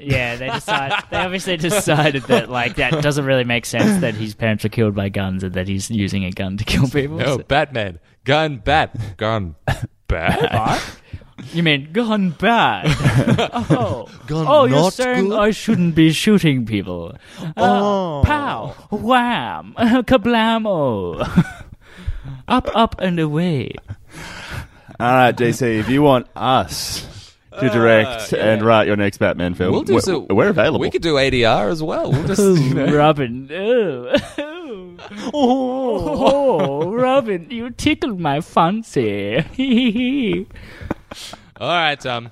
A: Yeah, they decide. they obviously decided that like that doesn't really make sense that his parents were killed by guns and that he's using a gun to kill people.
C: No,
A: So-
C: Batman. Gun, bat. Gun, bat.
A: you mean gun bad? oh,
C: Gun
A: oh, you're
C: not
A: saying
C: good?
A: I shouldn't be shooting people? Oh, pow, wham, kablamo. Up, up and away.
D: All right, JC, if you want us to direct and write your next Batman film,
C: Uh, We'll do
D: we're,
C: so.
D: we're available.
C: We could do ADR as well. We'll just, you know.
A: Robin, oh, oh, oh, Robin, you tickled my fancy.
C: All right, um,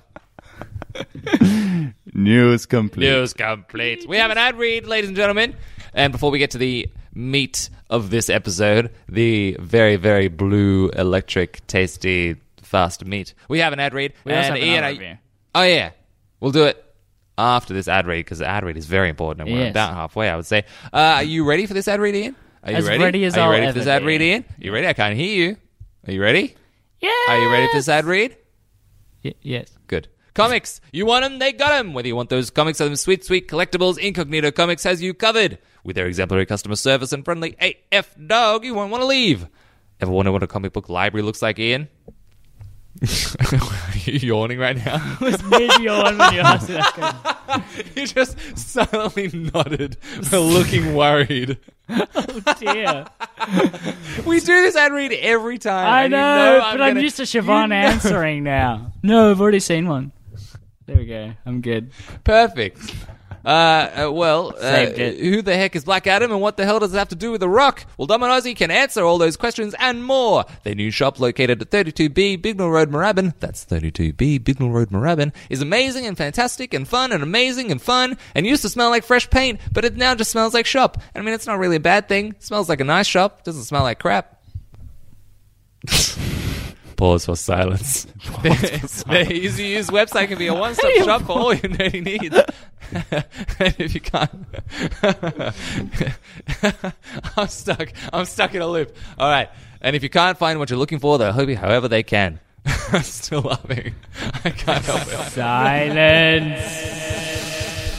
C: Tom.
D: News complete.
C: News complete. We have an ad read, ladies and gentlemen. And before we get to the meat of this episode the very, very blue, electric, tasty, fast meat. We have an ad read.
A: We also
C: and
A: have
C: Ian,
A: another
C: I-
A: review.
C: Oh, yeah. We'll do it after this ad read because the ad read is very important and we're
A: Yes.
C: about halfway, I would say. Uh, are you ready for this ad read, Ian? Are you
A: As ready as
C: Are you
A: I'll
C: ready for
A: ever
C: this ad
A: be.
C: read, Ian? You ready? I can't hear you. Are you ready?
A: Yeah.
C: Are you ready for this ad read?
A: Y- yes.
C: Good. Comics. You want them, they got them. Whether you want those comics or them sweet, sweet collectibles, Incognito Comics has you covered. With their exemplary customer service and friendly AF dog, you won't want to leave. Ever wonder what a comic book library looks like, Ian? Are you yawning right now?
A: was mid yawn when you asked that. question.
C: you just silently nodded, but looking worried.
A: Dear.
C: We do this ad read every time.
A: I
C: and you
A: know, but I'm
C: gonna-
A: used to Siobhan
C: know-
A: answering now. No, I've already seen one. There we go. I'm good.
C: Perfect. Uh, uh, well, uh,
A: Saved it.
C: who the heck is Black Adam and what the hell does it have to do with The Rock? Well, Dom and Ozzy can answer all those questions and more. Their new shop located at 32B Bignell Road, Moorabbin, that's 32B Bignell Road, Moorabbin, is amazing and fantastic and fun and amazing and fun and used to smell like fresh paint, but it now just smells like shop. I mean, it's not really a bad thing. It smells like a nice shop. doesn't smell like crap. Pause for silence. Their easy to use website can be a one stop shop for all your nerdy needs. and if you can't, I'm stuck. I'm stuck in a loop. All right. And if you can't find what you're looking for, they'll help you however they can. I'm still laughing. I can't help it.
A: Silence.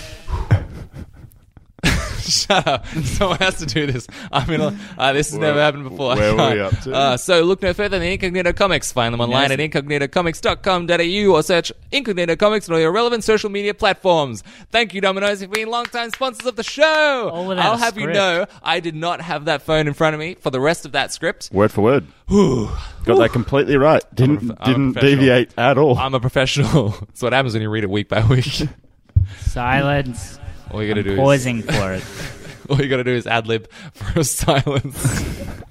C: Shut up. Someone has to do this. I mean, uh, this has never happened before. I
D: where were we
C: can't.
D: up to?
C: Uh, so look no further than Incognito Comics. Find them online at incognitocomics.com.au or search Incognito Comics on all your relevant social media platforms. Thank you, Domino's, for being long-time sponsors of the show.
A: All without
C: I'll
A: a
C: have you
A: script.
C: know I did not have that phone in front of me for the rest of that script.
D: Word for word. Got that completely right. Didn't
C: prof- I'm a
D: didn't
C: professional.
D: deviate at all.
C: I'm a professional. That's what happens when you read it week by week.
A: Silence.
C: All you gotta do is
A: Pausing for it.
C: All you got to do is ad lib for a silence.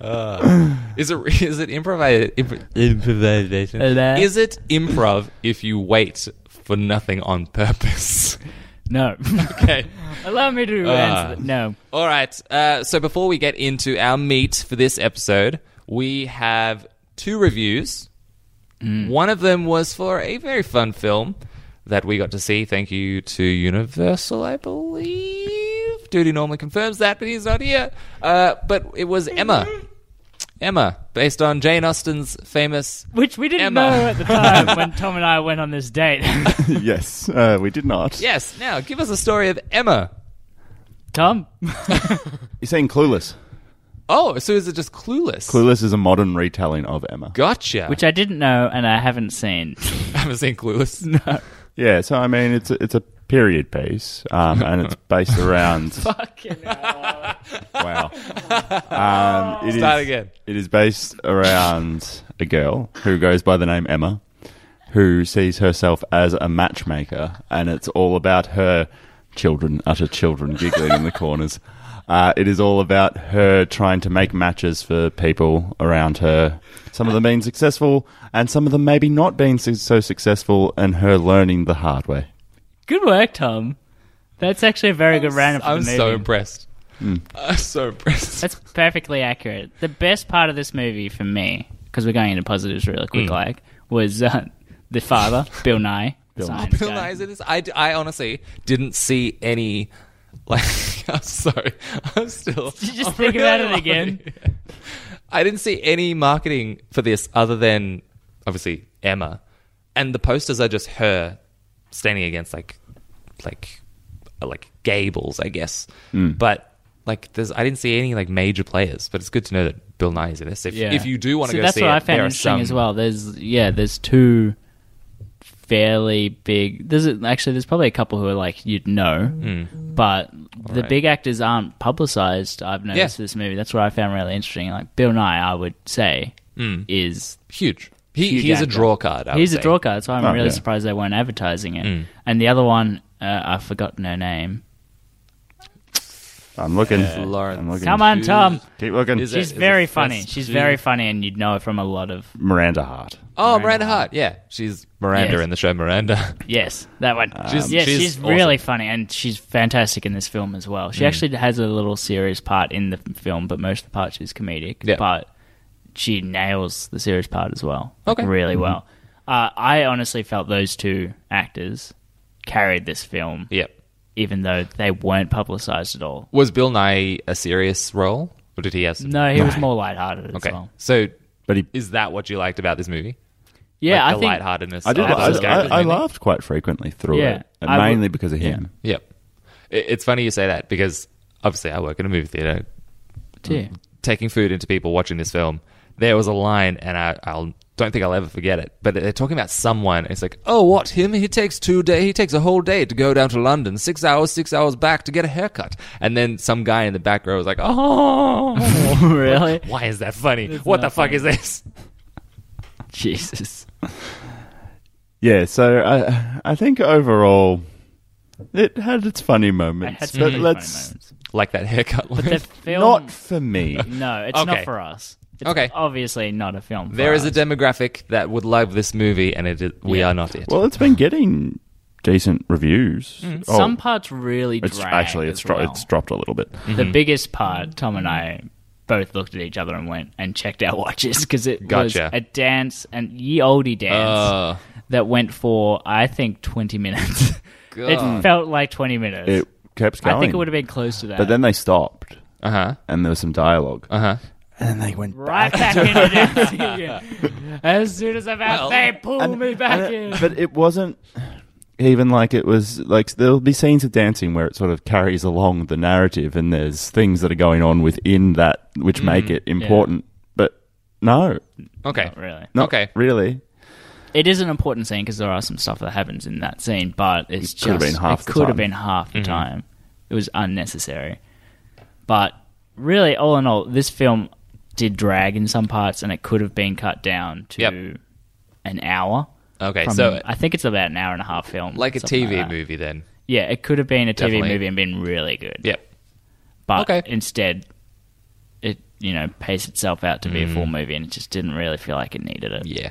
C: Uh, is it is it improvi- imp- improvisation?
A: Hello?
C: Is it improv if you wait for nothing on purpose?
A: No.
C: okay.
A: Allow me to answer. The- no.
C: All right. Uh, so before we get into our meat for this episode, we have two reviews. One of them was for a very fun film that we got to see. Thank you to Universal, I believe. Duty normally confirms that, but he's not here. Uh, but it was Emma. Emma, based on Jane Austen's famous.
A: Which we didn't
C: Emma.
A: know at the time when Tom and I went on this date.
D: yes, uh, we did not.
C: Yes, now give us a story of Emma.
A: Tom?
D: You're saying Clueless.
C: Oh, so is it just Clueless?
D: Clueless is a modern retelling of Emma.
C: Gotcha.
A: Which I didn't know and I haven't seen.
C: I haven't seen Clueless.
D: Yeah, so I mean, it's a, it's a period piece, um, and it's based around. wow. Um, it is-
C: Start again.
D: It is based around a girl who goes by the name Emma, who sees herself as a matchmaker, and it's all about her children, utter children giggling in the corners. Uh, it is all about her trying to make matches for people around her. Some of them being successful, and some of them maybe not being su- so successful, and her learning the hard way.
A: Good work, Tom. That's actually a very good round for
C: I'm
A: the movie.
C: so impressed. I'm so impressed.
A: That's perfectly accurate. The best part of this movie for me, because we're going into positives really
C: Mm.
A: quick, like, was uh, the father, Bill Nye. Bill
C: Bill Nye's in this. I, d- I honestly didn't see any. Like, I'm sorry. I'm still. Did
A: you just think about it again?
C: I didn't see any marketing for this other than obviously Emma, and the posters are just her standing against like, like, uh, like gables, I guess. But. Like there's, I didn't see any like major players, but it's good to know that Bill Nye is in this. If, if you do want to
A: See,
C: go
A: that's
C: see
A: what
C: it,
A: I found
C: there are
A: interesting
C: some
A: as well. There's yeah, there's two fairly big. There's a- actually there's probably a couple who are like you'd know,
C: Hmm.
A: but the
C: right.
A: big actors aren't publicized. I've noticed
C: Yeah.
A: this movie. That's what I found really interesting. Like Bill Nye, I would say is
C: huge. Hmm. He,
A: Huge
C: he's a
A: actor.
C: draw card. I would
A: he's a
C: say. Hmm.
A: draw card. So I'm
D: Oh,
A: really
D: yeah.
A: surprised they weren't advertising it. And the other one, uh, I've forgotten her name.
D: I'm looking.
C: Lawrence.
D: I'm looking.
A: Come on,
C: Who's-
A: Tom.
D: Keep looking.
C: Is
A: She's
C: it- is
A: very
C: it
A: funny.
C: first
A: She's
C: G?
A: very funny, and you'd know it from a lot of
D: Miranda Hart.
C: Oh, Miranda
A: Miranda
C: Hart. Yeah, she's Miranda
A: Yes.
C: in the show Miranda.
A: yes, that one.
C: She's-
A: yes,
C: Um, she's
A: she's, really
C: awesome. Mm.
A: funny, and she's fantastic in this film as well. She actually has a little serious part in the film, but most of the part she's comedic.
C: Yeah.
A: But she nails the serious part as well.
C: Okay. Mm-hmm.
A: really well. Uh, I honestly felt those two actors carried this film,
C: yep.
A: even though they weren't publicized at all.
C: Was Bill Nye a serious role, or did he have? Some-
A: No, he was more lighthearted
C: Okay.
A: as well.
C: So,
D: But he,
C: is that what you liked about this movie?
A: Yeah,
C: like
A: I
C: the
A: think
C: lightheartedness.
D: I did.
C: of
D: I,
C: those
D: I,
C: characters,
D: I
C: maybe?
D: laughed quite frequently through
A: Yeah,
D: it, and
A: I would-
D: mainly because of him.
C: Yep. It, it's funny you say that because obviously I work in a movie theater,
A: too.
C: taking food into people watching this film. There was a line, and I I'll, don't think I'll ever forget it. But they're talking about someone. It's like, oh, what him? He takes two day. He takes a whole day to go down to London, six hours, six hours back to get a haircut. And then some guy in the back row was like, oh,
A: really?
C: why is that funny? what the
A: not
C: fuck is this?
A: Jesus.
D: Yeah, so I I think overall it had its funny moments,
A: Had some
D: but
A: really funny
D: let's
A: moments.
C: Like that haircut. Line.
A: The film,
D: not for me.
A: no, it's
C: Okay.
A: not for us. It's
C: Okay.
A: obviously not a film. for
C: there is a
A: us.
C: demographic that would love this movie, and it is, we
A: Yeah.
C: are not it.
D: well, it's been getting decent reviews.
C: Mm.
D: Oh,
A: some parts really.
D: it's
A: drag
D: actually it's
A: as
D: dro-
A: well.
D: it's dropped a little bit.
C: Mm-hmm.
A: the biggest part. Tom and I both looked at each other and went and checked our watches because it
C: Gotcha.
A: was a dance and ye oldie dance
C: Uh,
A: that went for I think twenty minutes.
C: God.
A: it felt like twenty minutes.
D: It kept going.
A: I think it would have been close to that.
D: But then they stopped,
C: uh huh.
D: and there was some dialogue,
C: Uh huh.
D: and they went
A: right back in it again. As soon as I'm out, they pull me back
D: And it-
A: in.
D: But it wasn't even like it was like there'll be scenes of dancing where it sort of carries along the narrative and there's things that are going on within that which
C: Mm,
D: make it important. But no,
C: Okay.
A: Not really.
D: not
C: Okay.
D: really.
A: It is an important scene because there are some stuff that happens in that scene, but it's
D: could have
A: just
D: been half
A: it
D: the
A: could have
D: time.
A: been half the
C: Mm-hmm.
A: time. It was unnecessary. But really, all in all, this film did drag in some parts, and it could have been cut down to
C: Yep.
A: an hour.
C: Okay.
A: from-
C: so,
A: I think it's about an hour and a half film,
C: like a
A: something
C: TV
A: that.
C: movie, then.
A: Yeah, it could have been a TV
C: Definitely.
A: movie and been really good.
C: Yep.
A: but
C: Okay.
A: instead, it you know paced itself out to be
C: Mm.
A: a full movie, and it just didn't really feel like it needed it.
C: Yeah.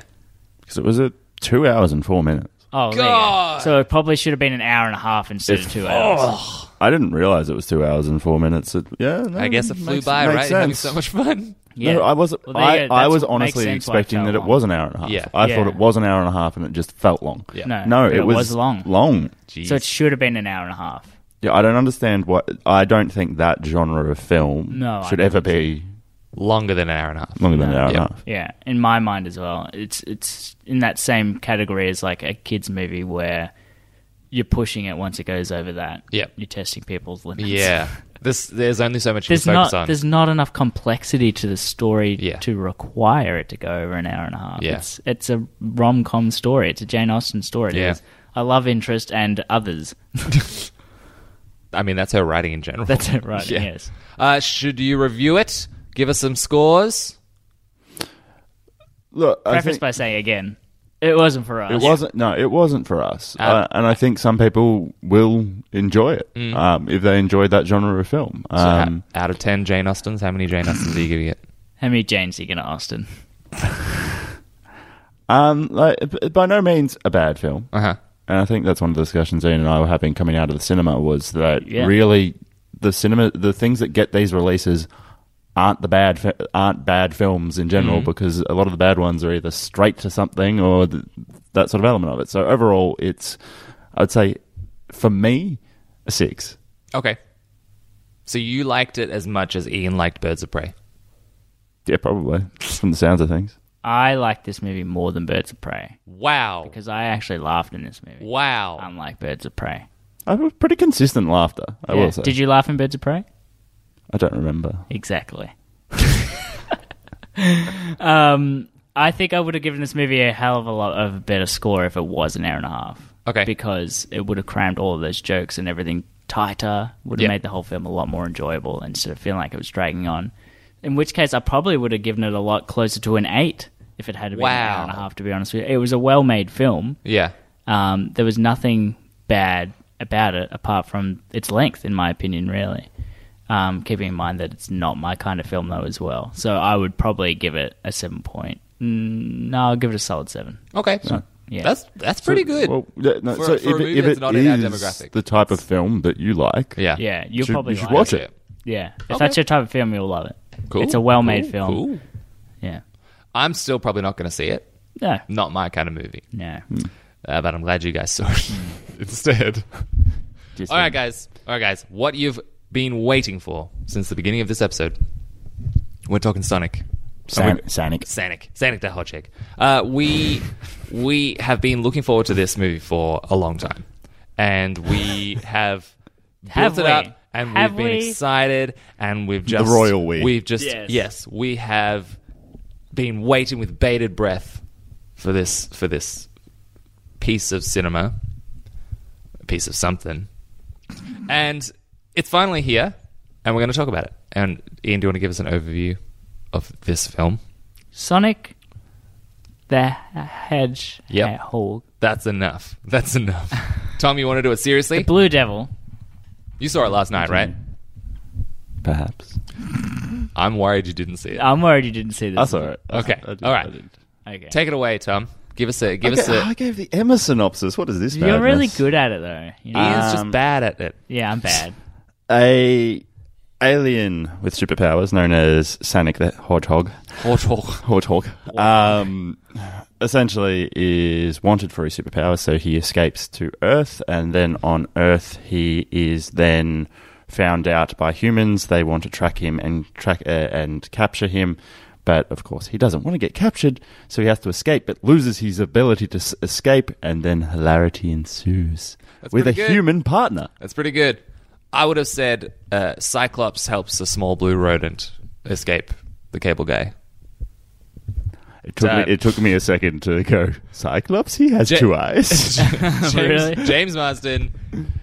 D: Because it was a two hours and four minutes.
A: Oh, there you go.
C: God.
A: so it probably should have been an hour and a half instead of two
D: Oh,
A: hours.
D: I didn't realize it was two hours and four minutes. It, yeah, no,
A: Oh,
C: I guess it flew
D: makes-
C: by,
D: makes
C: right? Having
D: sense.
C: so much fun.
A: Yeah,
D: No, I was
A: Well, there
D: I,
A: you go.
D: I
A: That's
D: was
A: what makes
D: honestly
A: sense why it
D: expecting
A: felt
D: that it
A: long.
D: was an hour and a half.
C: Yeah.
D: I
A: Yeah.
D: thought it was an hour and a half, and it just felt long.
C: Yeah.
A: No,
D: No,
A: but
D: it, was,
A: long.
D: Long.
A: So it should have been an hour and a half.
D: Yeah, I don't understand what I don't think that genre of film
A: No, I
D: should
A: don't
D: ever be
C: Longer than an hour and a half.
D: longer than an hour and
C: Yeah.
D: a half.
A: Yeah, in my mind as well. It's it's in that same category as like a kids movie where you're pushing it once it goes over that.
C: Yep.
A: you're testing people's limits.
C: Yeah. This there's only so much you
A: There's
C: can focus
A: not
C: on.
A: there's not enough complexity to the story
C: Yeah.
A: to require it to go over an hour and a half.
C: Yeah.
A: It's it's a rom com story. It's a Jane Austen story. It
C: Yeah.
A: is. I love interest and others.
C: I mean, that's her writing in general.
A: That's it, right?
C: Yeah.
A: Yes.
C: Uh, should you review it? Give us some scores.
D: Look, I
A: Preface
D: think
A: by saying again, it wasn't for us.
D: it wasn't. No, it wasn't for us.
A: Ah.
C: Uh,
D: uh, and I think some people will enjoy it
A: Mm.
D: um, if they enjoyed that genre of film.
C: So ho-
D: Um,
C: out of ten Jane Austens, how many Jane Austens are you giving it?
A: How many Janes are you gonna Austen?
D: um, like, b- by no means a bad film.
C: Uh huh.
D: And I think that's one of the discussions Ian and I were having coming out of the cinema was that
A: Yeah.
D: really the cinema, the things that get these releases aren't the bad fi- aren't bad films in general
C: Mm-hmm.
D: because a lot of the bad ones are either straight to something or th- that sort of element of it. So overall, it's I'd say for me a six.
C: Okay. So you liked it as much as Ian liked Birds of Prey.
D: Yeah, probably from the sounds of things.
A: I like this movie more than Birds of Prey
C: Wow.
A: because I actually laughed in this movie.
C: Wow.
A: Unlike Birds of Prey,
D: I was pretty consistent laughter. I
A: Yeah.
D: will say.
A: Did you laugh in Birds of Prey?
D: I don't remember.
A: Exactly. um, I think I would have given this movie a hell of a lot of a better score if it was an hour and a half.
C: Okay.
A: Because it would have crammed all of those jokes and everything tighter, would have
C: Yeah.
A: made the whole film a lot more enjoyable instead of feeling like it was dragging on. In which case, I probably would have given it a lot closer to an eight if it had been an
C: Wow.
A: hour and a half, to be honest with you. It was a well made film.
C: Yeah.
A: Um, there was nothing bad about it apart from its length, in my opinion, really. Um, keeping in mind that it's not my kind of film though as well, so I would probably give it a seven point. Mm, no, I'll give it a solid seven.
C: Okay,
A: yeah.
C: that's that's pretty good.
D: Well, yeah, no,
C: For-
D: so
C: for
D: if,
C: a movie
D: it, if
C: that's
D: it
C: not in our
D: is
C: demographic.
D: the type of film that you like,
C: yeah,
A: Yeah, you'll
D: should-
A: probably
D: you should
A: like
D: watch
A: it.
D: it.
A: Yeah, if
C: Okay.
A: that's your type of film, you'll love it.
C: Cool.
A: It's a well-made
C: Cool,
A: film.
C: Cool.
A: Yeah.
C: I'm still probably not going to see it.
A: No.
C: Not my kind of movie.
A: No. Mm.
C: Uh, but I'm glad you guys saw it instead. All right, guys. All right, guys. What you've been waiting for since the beginning of this episode? We're talking Sonic.
D: San- Sonic.
C: Sonic. Sonic the Hedgehog. Uh, we we have been looking forward to this movie for a long time, and we have built
A: Have
C: it
A: we?
C: up, and
A: Have
C: we've been
A: we?
C: excited, and we've just
D: royal we.
C: We've just
A: Yes.
C: yes, we have been waiting with bated breath for this for this piece of cinema, a piece of something, and it's finally here, and we're going to talk about it. And Ian, do you want to give us an overview of this film?
A: Sonic the Hedge
C: Yep.
A: Hole.
C: That's enough. That's enough. Tom, you want to do it seriously?
A: Blue Devil.
C: You saw it last night, right?
D: Perhaps.
C: I'm worried you didn't see it.
D: Um,
A: I'm worried you didn't see this.
D: That's all right.
C: Okay.
D: I did-
C: All right.
D: I did.
A: Okay.
C: Take it away, Tom. Give us a. Give
D: I,
C: us
D: ga-
C: a.
D: I gave the Emma synopsis. What is this?
A: You're really
D: madness?
A: good at it though. You know?
C: Ian's just
D: Um,
C: bad at it.
A: yeah, I'm bad.
D: A alien with superpowers known as Sonic the Hedgehog.
C: Hortal.
D: Hedgehog. Um, essentially is wanted for his superpowers, so he escapes to Earth, and then on Earth he is then found out by humans. They want to track him and track uh, and capture him, but of course he doesn't want to get captured, so he has to escape, but loses his ability to s- escape, and then hilarity ensues with a
C: pretty good.
D: human partner.
C: That's pretty good. I would have said uh, Cyclops helps a small blue rodent escape the cable guy.
D: It took,
C: Dad.
D: me, it took me a second to go. Cyclops, he has
C: Ja-
D: two eyes.
C: James,
A: Really?
C: James Marsden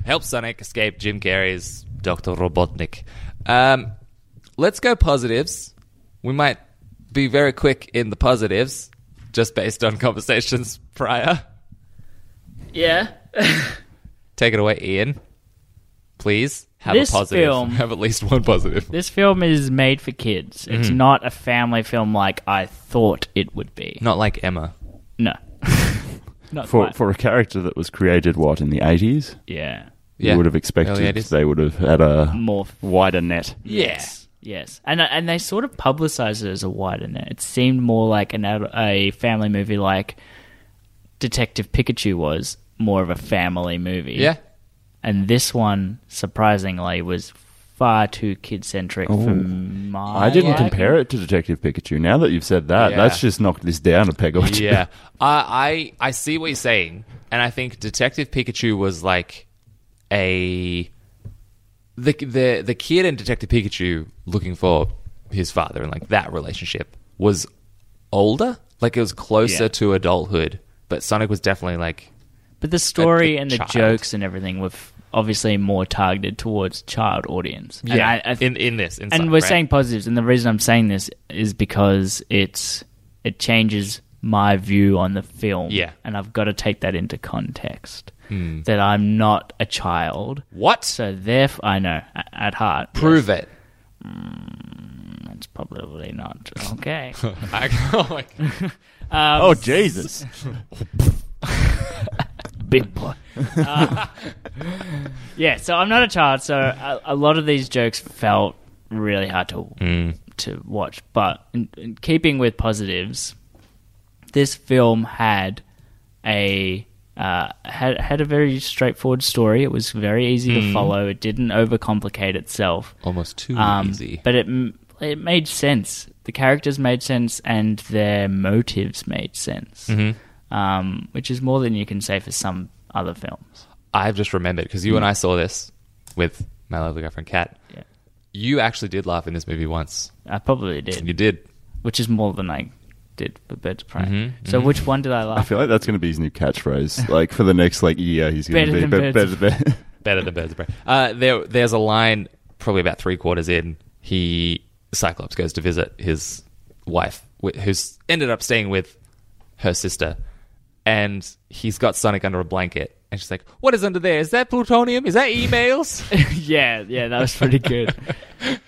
C: helps Sonic escape Jim Carrey's Dr. Robotnik. Um, let's go positives. We might be very quick in the positives, just based on conversations prior.
A: Yeah.
C: Take it away, Ian. Please have
A: This
C: a positive.
A: film-
C: Have at least one positive.
A: This film is made for kids.
D: Mm-hmm.
A: It's not a family film like I thought it would be.
C: Not like Emma.
A: No. not
D: for
A: quite.
D: for a character that was created what in the eighties,
A: yeah.
C: Yeah.
D: you would have
C: Early
D: expected
C: 80s.
D: they would have had a
A: More f-
D: wider net.
A: Yes. Yes, and and they sort of publicized it as a wider net. It seemed more like an ad- a family movie, like Detective Pikachu was more of a family movie.
C: Yeah.
A: and this one surprisingly was far too kid centric for my.
D: I didn't
A: liking.
D: compare it to Detective Pikachu. Now that you've said that,
C: Yeah.
D: that's just knocked this down a peg or two.
C: yeah, I, I I see what you're saying, and I think Detective Pikachu was like a the the the kid in Detective Pikachu looking for his father and like that relationship was older, like it was closer
A: Yeah.
C: to adulthood. But Sonic was definitely like
A: But the story
C: a
A: and the
C: child.
A: jokes and everything were f- obviously more targeted towards child audience. And I- I
C: in in this, in Sonic,
A: and we're
C: right?
A: saying positives and the reason i'm saying this is because it's it changes my view on the film
C: Yeah. Hmm.
A: and i've got to take that into context that i'm not a child
C: what
A: so therefore i know a- at heart
C: prove it.
A: it's probably not okay
C: I, oh my God.
A: Um,
D: Oh Jesus!
A: big boy Uh, yeah so i'm not a child so a, a lot of these jokes felt really hard to
C: Mm.
A: to watch. But in, in keeping with positives, this film had a uh, had had a very straightforward story. It was very easy to follow. It didn't overcomplicate itself.
C: almost too
A: Um,
C: easy.
A: But it m- it made sense. The characters made sense, and their motives made sense.
C: Mm-hmm.
A: Um, which is more than you can say for some other films.
C: I've just remembered because you and I saw this with my lovely girlfriend Kat.
A: Yeah.
C: You actually did laugh in this movie once.
A: I probably did,
C: You did.
A: which is more than I did for Birds of Prey.
C: Mm-hmm,
A: So which one did I
D: I
A: laugh?
D: feel like that's going to be his new catchphrase. Like for the next like year, he's going
A: Better
D: to be
A: than
D: be-
A: birds.
D: better, better.
C: Better than Birds of Prey. Uh, there, there's a line probably about three quarters in. He Cyclops goes to visit his wife, wh- who's ended up staying with her sister, and he's got Sonic under a blanket, And she's like, "What is under there? Is that plutonium? Is that emails?"
A: yeah, yeah, that was pretty good.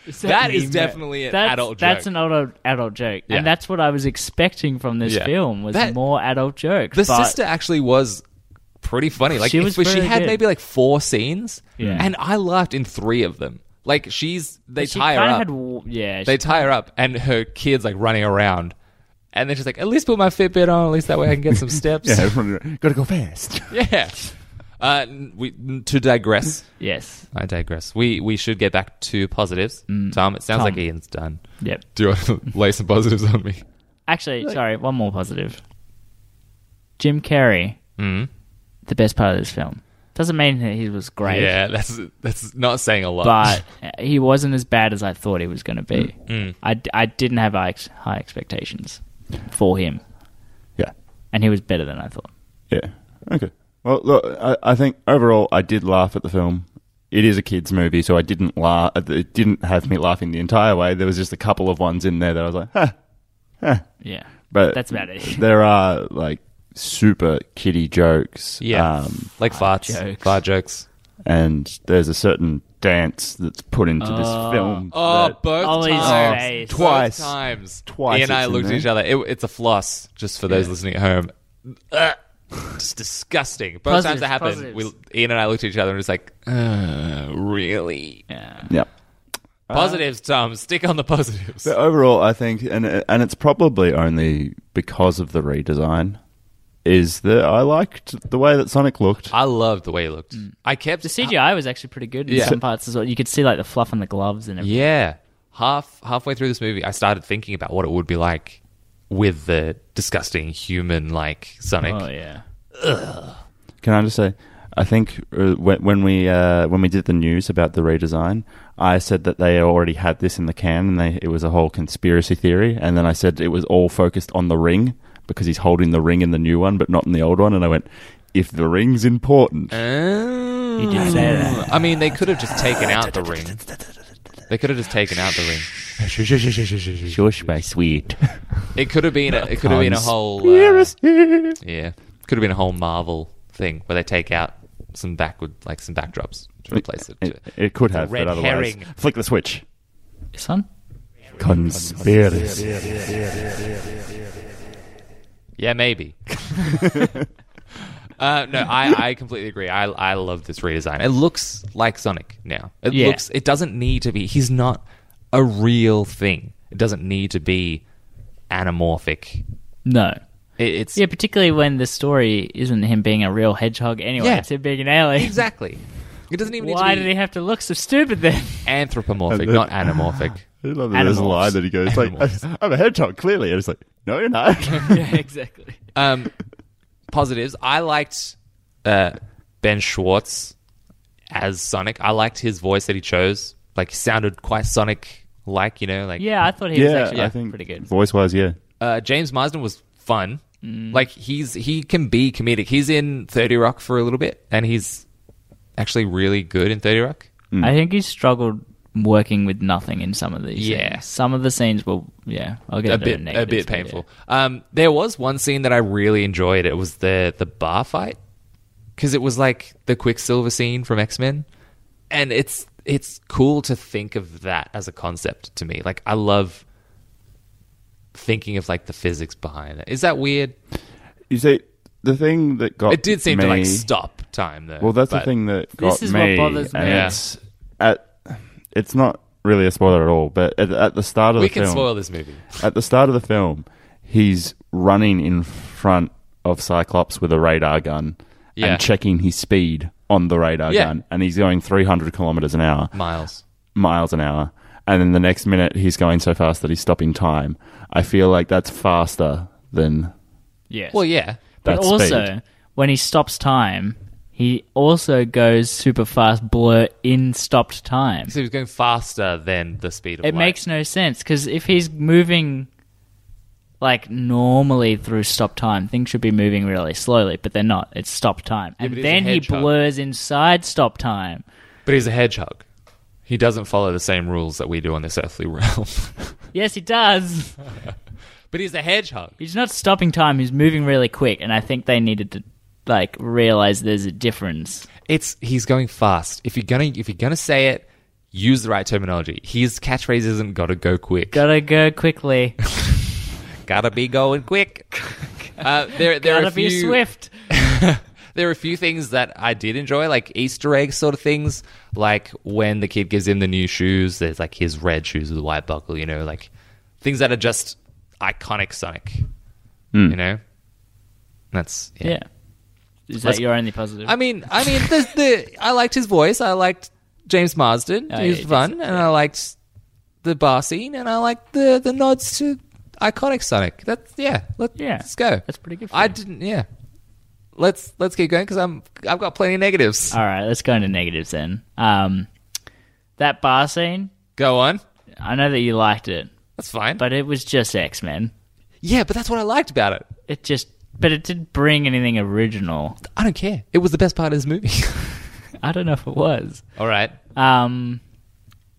A: Is
C: That is
A: email-
C: definitely an
A: that's,
C: adult
A: That's
C: joke.
A: an adult adult joke,
C: Yeah.
A: and that's what I was expecting from this
C: Yeah.
A: film was
C: That-
A: more adult joke.
C: the
A: but
C: sister actually was pretty funny. Like
A: She
C: she,
A: was
C: she
A: very
C: had
A: good.
C: maybe like four scenes,
A: Yeah.
C: and I laughed in three of them. Like she's they
A: she
C: tie her
A: kinda
C: up.
A: had w- yeah,
C: they
A: she-
C: tie her up, and her kids like running around, and then she's like, "At least put my Fitbit on. At least that way I can get some steps."
D: Yeah, everyone- gotta go fast.
C: yeah. Uh, we to digress.
A: yes,
C: I digress. We we should get back to positives. Tom, it
A: Mm.
C: sounds
A: Tom.
C: like Ian's done.
A: yep.
C: Do you want to lay some positives on me?
A: Actually, sorry, one more positive. Jim Carrey,
C: Mm.
A: the best part of this film. Doesn't mean that he was great,
C: Yeah, that's that's not saying a lot.
A: but he wasn't as bad as I thought he was going to be.
C: Mm.
A: I, d- I didn't have high ex- high expectations for him,
D: yeah.
A: and he was better than I thought.
D: Yeah. Okay. Well, look, I, I think overall I did laugh at the film. It is a kids' movie, so I didn't laugh. It didn't have me laughing the entire way. There was just a couple of ones in there that I was like, huh.
A: Yeah,
D: But
A: that's about it.
D: there are like super kiddie jokes.
C: yeah,
D: Um,
C: like farts,
A: jokes.
C: fart jokes.
D: and there's a certain dance that's put into this film.
C: Oh,
D: that-
C: both
A: Ollie's
C: times.
A: face.
C: Both
D: Twice.
C: times.
D: Twice
C: Ian and I
D: it's in
C: looked at
D: there.
C: each other. It, it's a floss, just for those listening at home. Ugh. Just disgusting. Both times
A: Positives,
C: that happened, we,
A: positives.
C: Ian and I looked at each other and was like, "Uh, really?
A: yeah.
D: Yep. Uh-huh.
C: Positives, Tom. Stick on the positives.
D: But overall, I think, and and it's probably only because of the redesign, is that I liked the way that Sonic looked.
C: I loved the way he looked.
A: Mm.
C: I kept
A: The CGI was actually pretty good in
C: Yeah.
A: some parts as well. You could see like the fluff on the gloves and everything.
C: Yeah. Half halfway through this movie, I started thinking about what it would be like with the disgusting human like Sonic.
A: Oh yeah.
D: Can I just say, I think uh, when, when we uh, when we did the news about the redesign, I said that they already had this in the can, and they, it was a whole conspiracy theory. And then I said it was all focused on the ring because he's holding the ring in the new one, but not in the old one. And I went, if the ring's important,
C: Uh,
A: You did say that.
C: Mm, I mean, they could have just taken out the ring. They could have just taken out the ring.
D: shush my sweet.
C: It could have been. A, it could have been a
D: Cons-
C: whole. Uh, yeah, could have been a whole Marvel thing where they take out some backward, like some backdrops to replace it.
D: It, it could have,
C: red
D: but otherwise,
C: herring.
D: flick the switch.
A: Son?
D: Conspiracy.
C: Yeah, maybe. uh, no, I, I completely agree. I I love this redesign. It looks like Sonic now. It
A: Yeah.
C: looks. It doesn't need to be. He's not a real thing. It doesn't need to be anamorphic.
A: No.
C: It, it's
A: Yeah, particularly when the story isn't him being a real hedgehog anyway.
C: Yeah.
A: It's him being an alien.
C: exactly. It doesn't even
A: Why
C: need to
A: did
C: be
A: he have to look so stupid then?
C: anthropomorphic, not anamorphic.
D: I love that there's
A: Animals.
D: a line that he goes like,
C: Animals.
D: "I'm a hedgehog, clearly." And it's like, "No, you're not."
A: yeah, exactly.
C: Um, positives. I liked uh, Ben Schwartz as Sonic. I liked his voice that he chose. Like, he sounded quite Sonic like, you know. Like,
A: Yeah, I thought he was
D: yeah,
A: actually
D: I think
A: pretty good.
D: voice wise, yeah.
C: uh, James Marsden was fun. Like, he's he can be comedic. He's in Thirty Rock for a little bit, and he's actually really good in Thirty Rock.
D: Hmm.
A: I think he struggled working with nothing in some of these.
C: Yeah.
A: scenes. Some of the scenes were yeah, I'll get
C: a
A: into the
C: bit a
A: negatives,
C: bit
A: but yeah.
C: painful. Um, there was one scene that I really enjoyed. It was the the bar fight because it was like the Quicksilver scene from X Men, and it's it's cool to think of that as a concept to me. Like I love thinking of like the physics behind it. Is that weird?
D: You see, the thing that got
C: It did seem
D: me,
C: to like stop time though.
D: Well, that's the
C: but-
D: thing that got
A: is what
D: me.
A: bothers
D: and
A: me.
D: It's at, it's not really a spoiler at all, but at, at the start of
C: We
D: the
C: can
D: film,
C: spoil this movie.
D: at the start of the film, he's running in front of Cyclops with a radar gun
C: Yeah.
D: and checking his speed on the radar
C: Yeah.
D: gun, and he's going 300 kilometers an hour
C: Miles.
D: miles an hour, and then the next minute he's going so fast that he's stopping time. I feel like that's faster than
A: Yes.
C: Well, yeah.
A: But
D: that
A: also,
D: speed.
A: when he stops time, he also goes super fast blur in stopped time.
C: So he was going faster than the speed of
A: It
C: light.
A: makes no sense because if he's moving like normally through stop time, things should be moving really slowly, but they're not. It's stop time,
C: but
A: and
C: he's a
A: then he
C: hedgehog.
A: blurs inside stop time.
C: But he's a hedgehog. He doesn't follow the same rules that we do on this earthly realm.
A: Yes, he does.
C: but he's a hedgehog.
A: He's not stopping time. He's moving really quick, and I think they needed to like realize there's a difference.
C: It's he's going fast. If you're gonna if you're gonna say it, use the right terminology. His catchphrase isn't "gotta go quick."
A: Gotta go quickly.
C: gotta be going quick. Uh, there, there are
A: Gotta
C: a few,
A: be swift.
C: there are a few things that I did enjoy, like Easter egg sort of things, like when the kid gives him the new shoes. There's like his red shoes with a white buckle, you know, like things that are just iconic Sonic.
A: Hmm.
C: You know, that's
A: Yeah. Is
C: Let's-
A: that your only positive?
C: I mean, I mean, the, the I liked his voice. I liked James Marsden.
A: Oh,
C: he was
A: yeah,
C: fun,
A: James-
C: and I liked the bar scene, and I liked the the nods to iconic Sonic. That's yeah. Let,
A: Yeah.
C: let's go.
A: That's pretty good for
C: I
A: you.
C: didn't. Yeah. Let's let's keep going because I'm I've got plenty of negatives.
A: All right, let's go into negatives then. Um, that bar scene,
C: Go on.
A: I know that you liked it,
C: That's fine.
A: but it was just X Men.
C: yeah, but that's what I liked about it.
A: It just, but it didn't bring anything original.
C: I don't care. It was the best part of this movie.
A: I don't know if it was.
C: All right.
A: Um,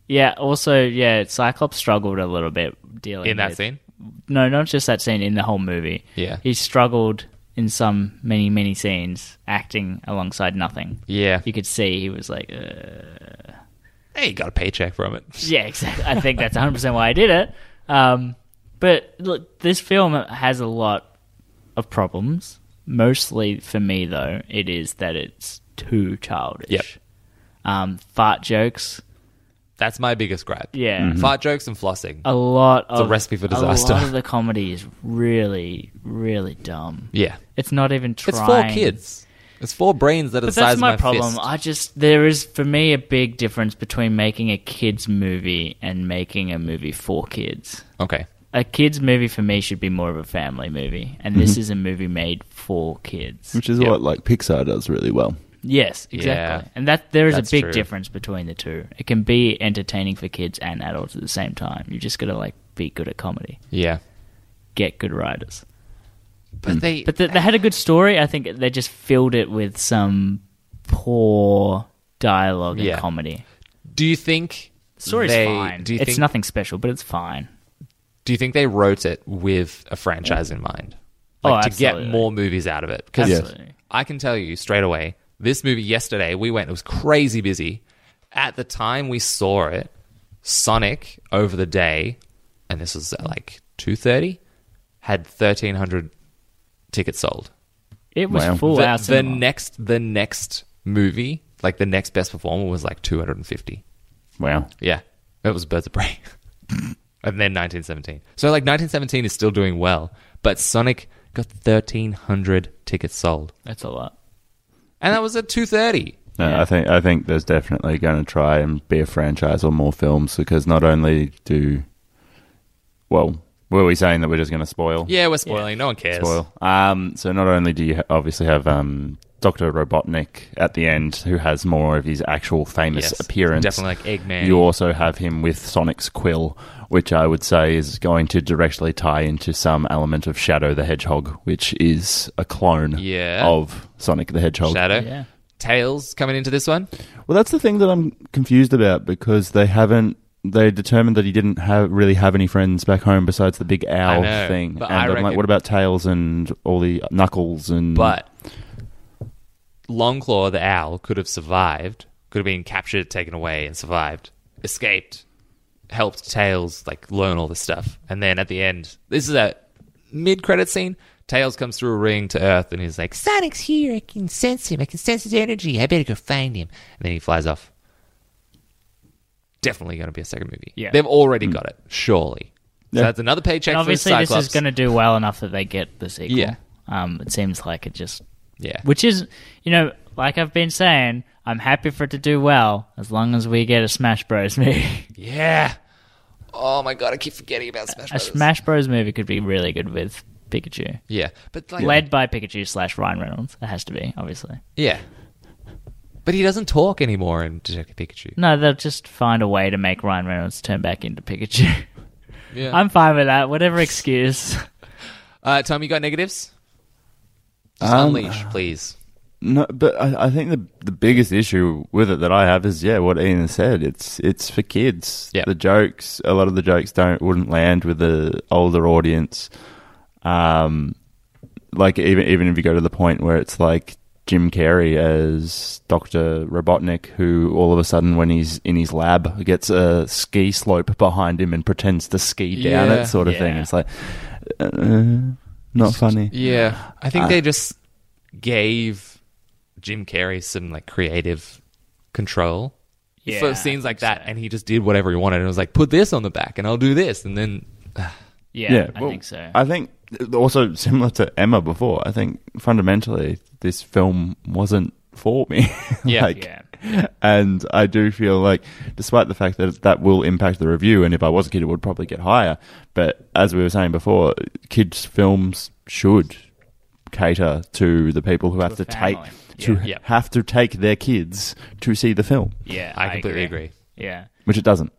A: yeah. Also, yeah, Cyclops struggled a little bit dealing
C: In that
A: with-
C: scene.
A: No, not just that scene. In the whole movie,
C: Yeah.
A: he struggled in some many many scenes acting alongside nothing.
C: Yeah.
A: You could see he was like, uh,
C: Hey, you got a paycheck from it.
A: yeah, exactly. I think that's 100 percent why I did it. Um, but look, this film has a lot of problems. Mostly for me, though, it is that it's too childish.
C: Yep.
A: Um, fart jokes.
C: That's my biggest gripe.
A: Yeah. Uh,
C: Fart jokes and flossing.
A: a lot of
C: Mm-hmm. a recipe for disaster.
A: A lot of the comedy is really, really dumb.
C: Yeah.
A: It's not even trying.
C: It's four kids. It's four brains that are
A: But
C: the size
A: that's
C: of
A: my,
C: my
A: problem.
C: fist.
A: I just there is for me a big difference between making a kids movie and making a movie for kids.
C: Okay.
A: A kids movie for me should be more of a family movie, and
C: Mm-hmm.
A: this is a movie made for kids.
D: Which is
C: Yeah.
D: what like Pixar does really well.
A: Yes, exactly. And that there is
C: That's
A: a big
C: true.
A: difference between the two. It can be entertaining for kids and adults at the same time. You just got to like be good at comedy,
C: Yeah.
A: get good writers.
C: But they
A: But they, they had a good story. I think they just filled it with some poor dialogue
C: Yeah.
A: and comedy.
C: do you think
A: The story's
C: they,
A: fine.
C: Do you
A: it's
C: think,
A: nothing special, but it's fine.
C: Do you think they wrote it with a franchise in mind?
A: Oh,
C: Like to get
A: absolutely.
C: more movies out of it. Because
A: Absolutely.
C: I can tell you straight away, this movie yesterday, we went, it was crazy busy. At the time we saw it, Sonic over the day, and this was at like two thirty, had thirteen hundred tickets sold.
A: It was
D: Wow.
A: full
C: the,
A: out.
C: the next the next movie like the next best performer was like 250
D: Wow.
C: yeah it was birds of prey and then 1917 so like 1917 is still doing well but sonic got 1300 tickets sold
A: That's a lot.
C: and that was at 230
D: No, I think I think there's definitely going to try and be a franchise or more films because not only do well, were we saying that we're just going to spoil?
C: yeah we're spoiling no one cares
D: Spoil. Um, so not only do you ha- obviously have um, Doctor Robotnik at the end, who has more of his actual famous
C: Yes.
D: appearance,
C: Definitely like Eggman.
D: You also have him with Sonic's quill, which I would say is going to directly tie into some element of Shadow the Hedgehog, which is a clone
C: Yeah.
D: of Sonic the Hedgehog.
C: shadow
A: Yeah.
C: tails coming into this one
D: Well, that's the thing that I'm confused about because they haven't. They determined that he didn't have really have any friends back home besides the big owl
C: know,
D: thing.
C: but
D: and
C: I
D: I'm
C: reckon-
D: like, what about Tails and all the Knuckles and?
C: but longclaw the owl could have survived could have been captured taken away and survived escaped helped Tails like learn all this stuff. And then at the end, this is a mid credit scene. Tails comes through a ring to Earth and he's like, Sonic's here. I can sense him. I can sense his energy. I better go find him. And then he flies off. Definitely going to be a second movie.
A: Yeah. Mm.
C: They've already got it, surely. So that's another paycheck
A: And
C: for the
A: obviously, this
C: Cyclops.
A: is going to do well enough that they get the sequel.
C: Yeah.
A: Um, it seems like it just,
C: Yeah.
A: which is, you know, like I've been saying, I'm happy for it to do well as long as we get a Smash Bros movie.
C: yeah. Oh my God, I keep forgetting about Smash
A: a
C: Brothers.
A: Smash Bros movie could be really good with Pikachu.
C: yeah. But like,
A: Led by Pikachu slash Ryan Reynolds. It has to be, obviously.
C: yeah. But he doesn't talk anymore in Detective Pikachu.
A: No, they'll just find a way to make Ryan Reynolds turn back into Pikachu.
C: Yeah.
A: I'm fine with that. Whatever excuse.
C: Uh, Tom, you got negatives? Just
D: Um,
C: unleash, please.
D: No, but I, I think the the biggest issue with it that I have is yeah, what Ian said. It's it's for kids.
C: Yeah.
D: The jokes, a lot of the jokes don't wouldn't land with the older audience. Um, like even even if you go to the point where it's like Jim Carrey as Doctor Robotnik, who all of a sudden when he's in his lab gets a ski slope behind him and pretends to ski down
C: Yeah.
D: it, sort of thing.
A: Yeah.
D: It's like uh, not funny.
C: Yeah, Uh, I think they just gave Jim Carrey some like creative control
A: Yeah,
C: for scenes like that, and he just did whatever he wanted. And was like, put this on the back, and I'll do this, and then
A: Yeah, I
D: well,
A: think so.
D: I think also similar to Emma before. I think fundamentally this film wasn't for me.
C: Yeah.
D: like,
A: yeah.
D: and I do feel like, despite the fact that that will impact the review, and if I was a kid, it would probably get higher. But as we were saying before, kids' films should cater to the people who have
A: the
D: to
A: family.
D: take to
A: Yeah.
C: Yeah.
D: have to take their kids to see the film,
A: Yeah,
C: I completely agree.
A: Yeah.
D: which it doesn't.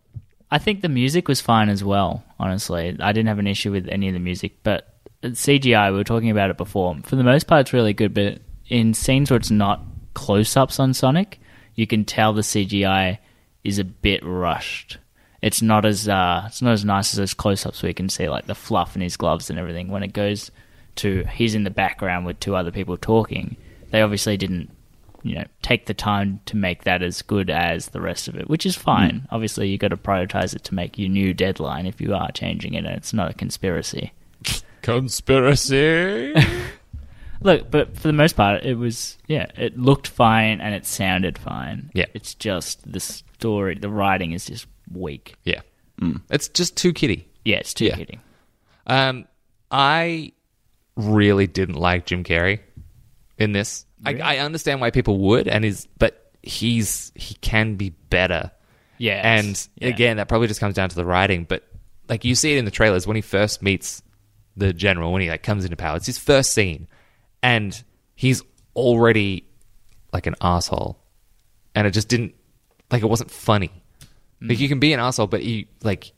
A: I think the music was fine as well, honestly. I didn't have an issue with any of the music, but CGI, we were talking about it before. For the most part, it's really good, but in scenes where it's not close ups on Sonic, you can tell the CGI is a bit rushed. It's not as uh, it's not as nice as those close ups where you can see like the fluff in his gloves and everything. When it goes to he's in the background with two other people talking, they obviously didn't you know take the time to make that as good as the rest of it, which is fine.
C: Mm.
A: Obviously, you got to prioritize it to make your new deadline if you are changing it, and it's not a conspiracy.
C: conspiracy.
A: Look, but for the most part, it was yeah, it looked fine and it sounded fine.
C: Yeah.
A: it's just the story, the writing is just weak.
C: yeah, it's just too kitty.
A: Yeah, it's too
C: Yeah.
A: kidding.
C: Um, I really didn't like Jim Carrey in this. I, I understand why people would, and is but he's he can be better.
A: Yes.
C: and
A: Yeah.
C: again, that probably just comes down to the writing. But like you see it in the trailers when he first meets the general, when he like comes into power, it's his first scene, and he's already like an asshole, and it just didn't like it wasn't funny. Like you can be an asshole, but you like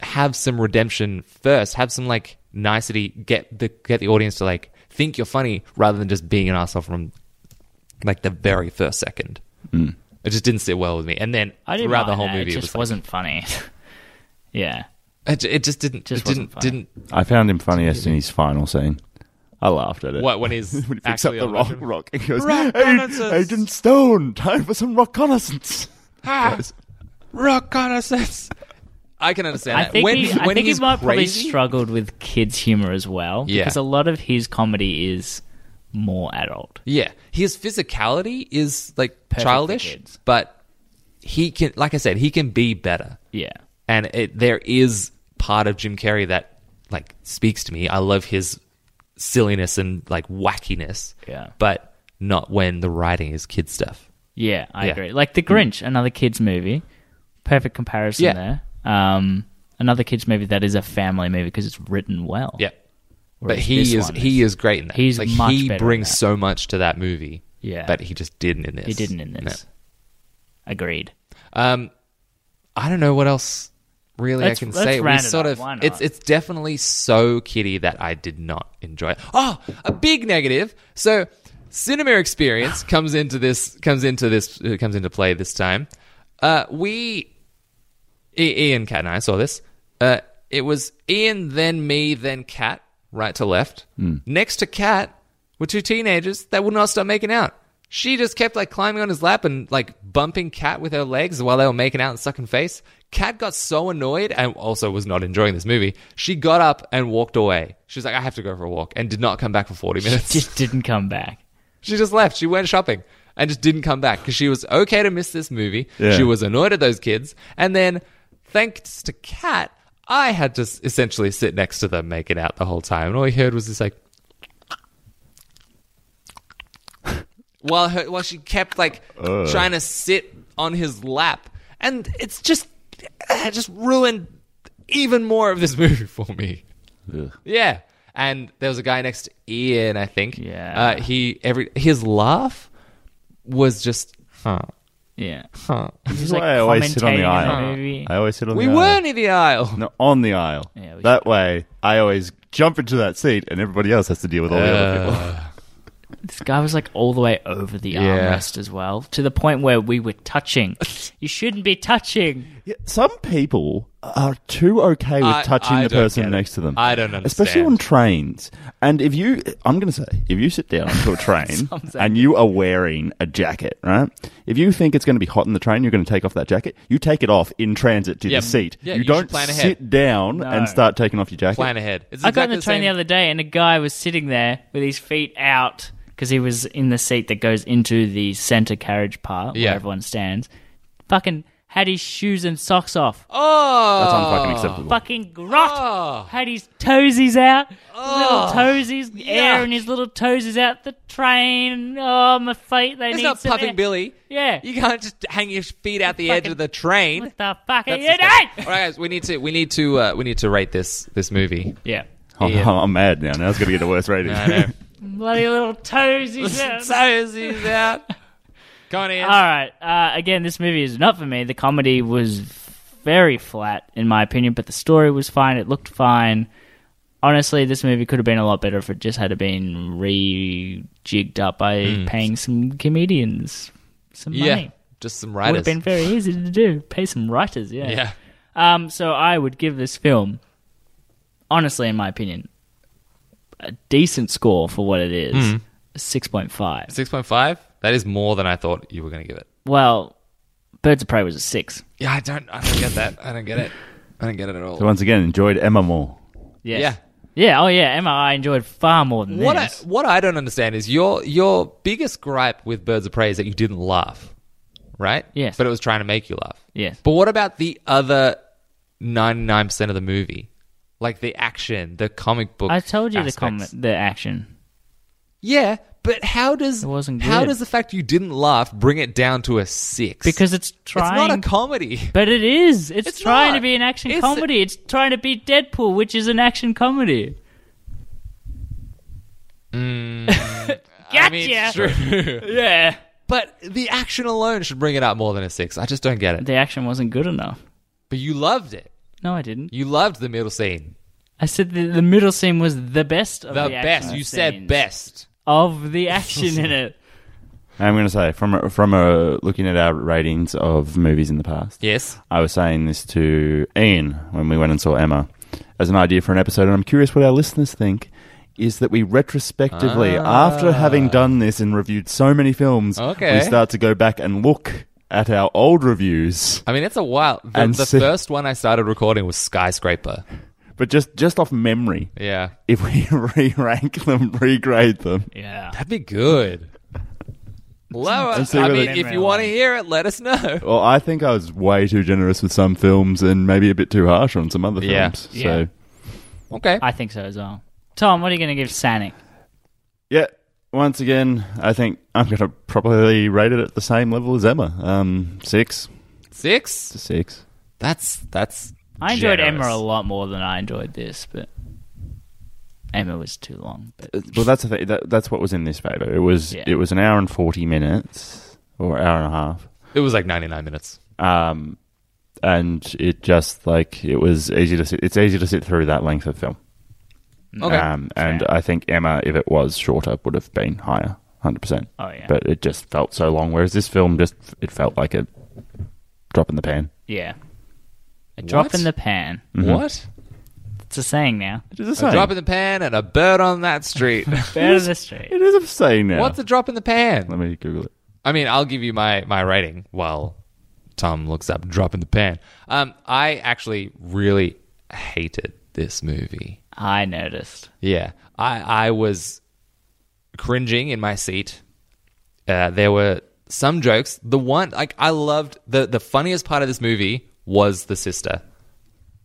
C: have some redemption first. Have some like nicety. Get the get the audience to like think you're funny rather than just being an asshole from like the very first second. It just didn't sit well with me. And then
A: I didn't
C: throughout the
A: mind
C: whole
A: that,
C: movie,
A: it
C: it,
A: just
C: was
A: wasn't funny. yeah,
C: like, it, ju- it just didn't.
A: Just
C: it didn't.
A: wasn't funny.
C: Didn't.
D: I found him funniest in his final scene. I laughed at it.
C: What when he's
D: When he picks up
C: actually
D: the
C: on
D: rock,
C: Russian-
D: rock and goes,
C: Rock
D: "Agent-
C: reconnaissance."
D: Agent Stone, time for some reconnaissance.
C: Ah, reconnaissance. I can understand.
A: I
C: that.
A: think
C: when
A: he, I
C: when
A: think
C: he's
A: he might probably
C: crazy,
A: struggled with kids' humor as well
C: Yeah.
A: because a lot of his comedy is more adult.
C: Yeah, his physicality is like
A: for
C: childish,
A: kids.
C: but he can, like I said, he can be better.
A: Yeah,
C: and it, there is part of Jim Carrey that like speaks to me. I love his silliness and like wackiness.
A: Yeah.
C: but not when the writing is kid stuff.
A: yeah, I
C: Yeah. Hmm.
A: agree. Like The Grinch, another kids' movie, perfect comparison
C: Yeah.
A: there. Um, another kids' movie that is a family movie because it's written well.
C: Yeah, but
A: Whereas
C: he
A: this
C: is,
A: one
C: he is great in that.
A: he's
C: like
A: much
C: he
A: better in
C: brings
A: that.
C: so much to that movie.
A: Yeah.
C: that he just didn't in this.
A: He didn't in this. Agreed.
C: No. Um, I don't know what else really
A: Let's-
C: I can
A: let's
C: say. We
A: round it
C: sort
A: up.
C: of
A: Why not?
C: it's it's definitely so kitty that I did not enjoy it. Oh, a big negative. So cinema experience comes into this comes into this uh, comes into play this time. Uh, we I- Ian, Cat, and I saw this. Uh, it was Ian, then me, then Cat, right to left. Next to Cat were two teenagers that would not stop making out. She just kept like climbing on his lap and like bumping Cat with her legs while they were making out and sucking face. Cat got so annoyed and also was not enjoying this movie. She got up and walked away. She was like, "I have to go for a walk," and did not come back for forty minutes.
A: Just didn't come back.
C: She just left. She went shopping and just didn't come back because she was okay to miss this movie.
D: Yeah.
C: She was annoyed at those kids. And then, thanks to Kat, I had to s- essentially sit next to them making out the whole time. And all he heard was this, like, while, her, while she kept, like, trying to sit on his lap. And it's just, it just ruined even more of this movie for me. Yeah. And there was a guy next to Ian, I think.
A: Yeah.
C: Uh, he every his laugh was just huh.
A: Yeah,
C: Huh.
A: this
D: is why I always sit on the aisle. I always sit on
C: We
D: the
C: were
D: aisle.
C: near the aisle.
D: No, on the aisle.
A: Yeah, we
D: that way, I always jump into that seat, and everybody else has to deal with all the
C: Uh.
D: other people.
A: This guy was like all the way over the
C: Yeah.
A: armrest as well, to the point where we were touching. you shouldn't be touching.
D: Yeah, some people are too okay with
C: I-
D: touching
C: I
D: the
C: don't
D: person
C: get it.
D: next to them.
C: I don't understand.
D: Especially on trains. And if you, I'm going to say, if you sit down to a train
A: Sounds
D: and you are wearing a jacket, right? If you think it's going to be hot in the train, you're going to take off that jacket. You take it off in transit to
C: Yeah.
D: the seat.
C: Yeah,
D: you,
C: you should
D: don't
C: plan ahead.
D: sit down
A: No.
D: and start taking off your jacket.
C: Plan ahead. It's
A: I got on
C: exactly
A: the train the,
C: same-
A: other day, and a guy was sitting there with his feet out because he was in the seat that goes into the center carriage part
C: Yeah.
A: where everyone stands. Fucking had his shoes and socks off.
C: Oh,
D: That's unfucking acceptable.
A: Fucking grot.
C: Oh.
A: Had his toesies out. little toesies, air and his little toesies out the train. Oh, my feet. They
C: it's
A: need
C: not
A: some
C: puffing
A: air.
C: Billy.
A: Yeah.
C: You can't just hang your feet out the edge
A: Fucking-
C: of the train.
A: What the fuck are
C: That's
A: you
C: disgusting.
A: doing?
C: All right, guys, we need to we need to uh, we need to rate this this movie.
A: Yeah.
D: Oh,
C: Yeah.
D: I'm mad now. Now it's going to get the worst rating.
C: I know.
A: Bloody little toesies. out.
C: So's out. Come on, Ian.
A: All right. Uh, again, this movie is not for me. The comedy was very flat, in my opinion, but the story was fine. It looked fine. Honestly, this movie could have been a lot better if it just had been rejigged up by paying some comedians some
C: Hmm. Yeah,
A: money.
C: just some
A: Would
C: writers.
A: have been very easy to do. Pay some writers, yeah.
C: yeah,
A: Um, so I would give this film, honestly, in my opinion, a decent score for what it is.
C: Hmm.
A: Six point five.
C: six point five. That is more than I thought you were going to give it.
A: Well, Birds of Prey was a six.
C: Yeah, I don't. I don't get that. I don't get it. I don't get it at all.
D: So once again, enjoyed Emma more.
A: Yes.
C: Yeah.
A: Yeah. Oh, yeah. Emma, I enjoyed far more than
C: What I,
A: this.
C: what I don't understand is your your biggest gripe with Birds of Prey is that you didn't laugh, right?
A: Yes.
C: But it was trying to make you laugh.
A: Yes.
C: But what about the other ninety nine percent of the movie, like the action, the comic book?
A: I told you
C: aspects?
A: the comment, the action.
C: Yeah, but how does
A: It wasn't
C: how
A: good.
C: does the fact you didn't laugh bring it down to a six?
A: Because it's
C: it's
A: trying.
C: not a comedy.
A: but it is. It's,
C: It's
A: trying
C: not.
A: to be an action
C: It's-
A: comedy. It's trying to be Deadpool, which is an action comedy.
C: Mm. I mean, it's true.
A: Yeah.
C: but the action alone should bring it up more than a six. I just don't get it.
A: The action wasn't good enough.
C: But you loved it.
A: No, I didn't.
C: You loved the middle scene.
A: I said the, the middle scene was the best of the,
C: The
A: action
C: best. You said
A: scenes.
C: best.
A: of the action in it.
D: I'm going to say, from a, from a, looking at our ratings of movies in the past,
C: Yes.
D: I was saying this to Ian when we went and saw Emma as an idea for an episode, and I'm curious what our listeners think. Is that we retrospectively, after having done this and reviewed so many films,
C: Ah. Okay.
D: we start to go back and look at our old reviews,
C: I mean, it's a while. The,
D: And
C: the
D: si-
C: first one I started recording was Skyscraper.
D: but just just off memory,
C: Yeah.
D: if we re-rank them, regrade them.
A: Yeah.
C: That'd be good. Lower.
D: And see
C: I
D: whether-
C: mean, if you want to hear it, let us know.
D: Well, I think I was way too generous with some films and maybe a bit too harsh on some other
C: Yeah.
D: films.
A: Yeah.
D: So
C: Okay.
A: I think so as well. Tom, what are you going to give Sonic?
D: Yeah. Once again, I think I'm going to probably rate it at the same level as Emma. Um, six.
C: Six.
D: Six.
C: That's that's.
A: I enjoyed
C: generous.
A: Emma a lot more than I enjoyed this, but Emma was too long. But
D: Uh, Well, that's the thing. That, that's what was in this paper. It was
A: Yeah.
D: it was an hour and forty minutes or hour and a half.
C: It was like ninety nine minutes.
D: Um, and it just like it was easy to sit. It's easy to sit through that length of film.
C: Okay.
D: Um, and I think Emma, if it was shorter, would have been higher, hundred percent.
A: Oh, yeah.
D: But it just felt so long. Whereas this film just it felt like a drop in the pan.
A: yeah, a drop
C: What? Mm.
A: in the pan.
C: What?
A: It's a saying now.
D: It is a
C: A
D: saying.
C: drop in the pan and a bird on that street.
A: Bear of the street.
D: it is a saying now.
C: What's a drop in the pan?
D: Let me Google it.
C: I mean, I'll give you my my rating while Tom looks up drop in the pan. Um, I actually really hated this movie.
A: I noticed.
C: Yeah, I I was cringing in my seat. Uh, there were some jokes. The one like I loved the the funniest part of this movie was the sister,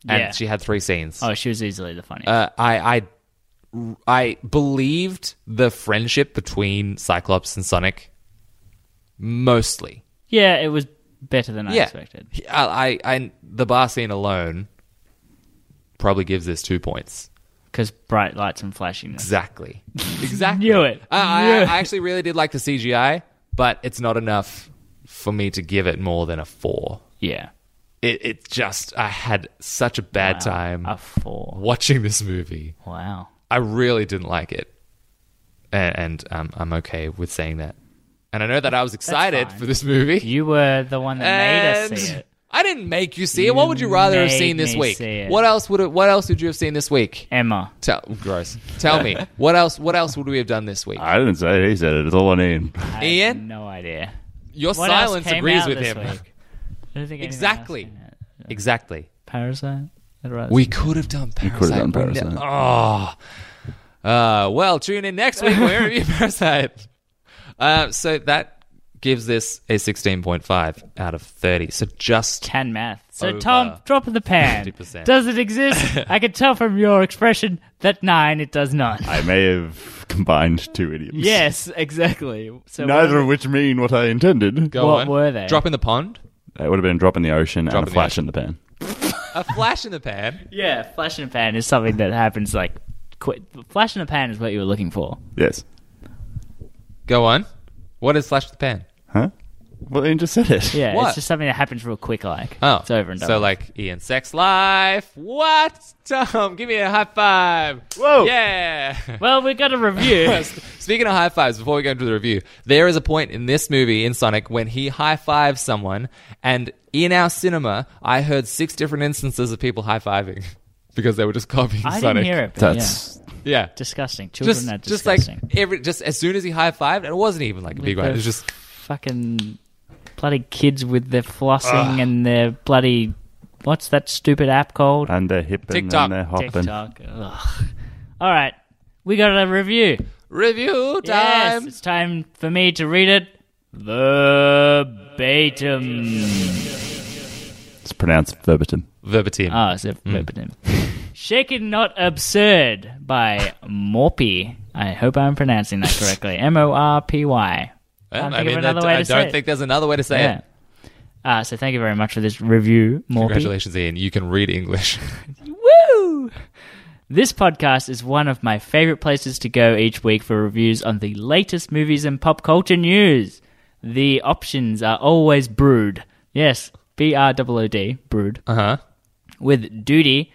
C: and
A: Yeah.
C: she had three scenes.
A: Oh, she was easily the funniest.
C: Uh, I I I believed the friendship between Cyclops and Sonic mostly.
A: yeah, it was better than I
C: yeah,
A: expected.
C: He- I, I I the bar scene alone probably gives this two points.
A: Because bright lights and flashiness.
C: Exactly. Exactly.
A: Knew it.
C: I, I,
A: Knew it.
C: I actually really did like the CGI, but it's not enough for me to give it more than a four.
A: Yeah.
C: It, it just, I had such a bad time
A: A four.
C: watching this movie.
A: Wow.
C: I really didn't like it. And, and um, I'm okay with saying that. And I know that I was excited
A: fine.
C: for this movie.
A: You were the one that made us
C: and
A: see it.
C: I I didn't make you see it. What would you rather have
A: made
C: seen this
A: me
C: week?
A: see it.
C: What else would it, What else would you have seen this week?
A: Emma.
C: Tell, gross. Tell me what else. What else would we have done this week?
D: I didn't say it. He said it. It's all I need.
A: I
C: Ian?
A: have no idea.
C: Your
A: What else
C: silence
A: came
C: agrees
A: out
C: with
A: this
C: him.
A: week? I don't think anyone else
C: Exactly.
A: came out.
C: Exactly.
A: Parasite. That was-
C: We could have done Parasite.
D: could have done
C: We
D: Parasite.
C: ne- oh. Uh, well, tune in next week when we review Parasite. Uh, so that gives this a 16.5 out of 30. So just
A: Can math. So
C: Over
A: Tom, drop in the pan.
C: 50%.
A: Does it exist? I can tell from your expression that nine, it does not.
D: I may have combined two idioms.
A: yes, exactly. So
D: Neither
A: what-
D: of which mean what I intended.
C: go
A: What
C: on.
A: were they?
C: Drop in the pond.
D: It would have been a drop in the ocean
C: Drop
D: and
C: in
D: a
C: the
D: flash
C: ocean.
D: in the pan.
C: A flash in the pan.
A: Yeah, flash in a pan is something that happens like quit. Flash in a pan is what you were looking for.
D: Yes.
C: Go on. What is flash in the pan?
D: Huh? Well, Ian just said it.
A: Yeah,
C: What?
A: it's just something that happens real quick. Like
C: Oh,
A: it's over and done.
C: So
A: with.
C: like Ian sex life. What? Tom, give me a high five. Whoa. Yeah.
A: well, we got a review.
C: Speaking of high fives, before we go into the review, there is a point in this movie in Sonic when he high fives someone, and in our cinema, I heard six different instances of people high fiving because they were just copying
A: I
C: Sonic.
A: didn't hear it. But yeah.
D: That's
C: Yeah,
A: disgusting. Children
C: just
A: are
C: just like
A: disgusting.
C: every just as soon as he high fived, and it wasn't even like a big
A: With
C: one. It
A: the
C: was just
A: fucking bloody kids with their flossing and their bloody what's that stupid app called?
D: and they're hip
C: TikTok.
D: and they're hopping.
A: TikTok. Ugh. All right, we got a review.
C: review
A: Yes,
C: time.
A: it's time for me to read it. Verbatim.
D: It's pronounced verbatim.
C: Verbatim.
A: Ah, it's a verbatim. Shaken Not Absurd by Morpy. I hope I'm pronouncing that correctly. M O R P Y.
C: Well,
A: can't
C: I
A: think of
C: mean,
A: another
C: that-
A: way
C: I
A: to say
C: don't
A: it.
C: think there's another way to say
A: Yeah.
C: it.
A: Uh, so thank you very much for this review, Morpy.
C: Congratulations, Ian. You can read English.
A: Woo! This podcast is one of my favorite places to go each week for reviews on the latest movies and pop culture news. The options are always brewed. Yes, B R O O D, brewed.
C: Uh huh.
A: With Duty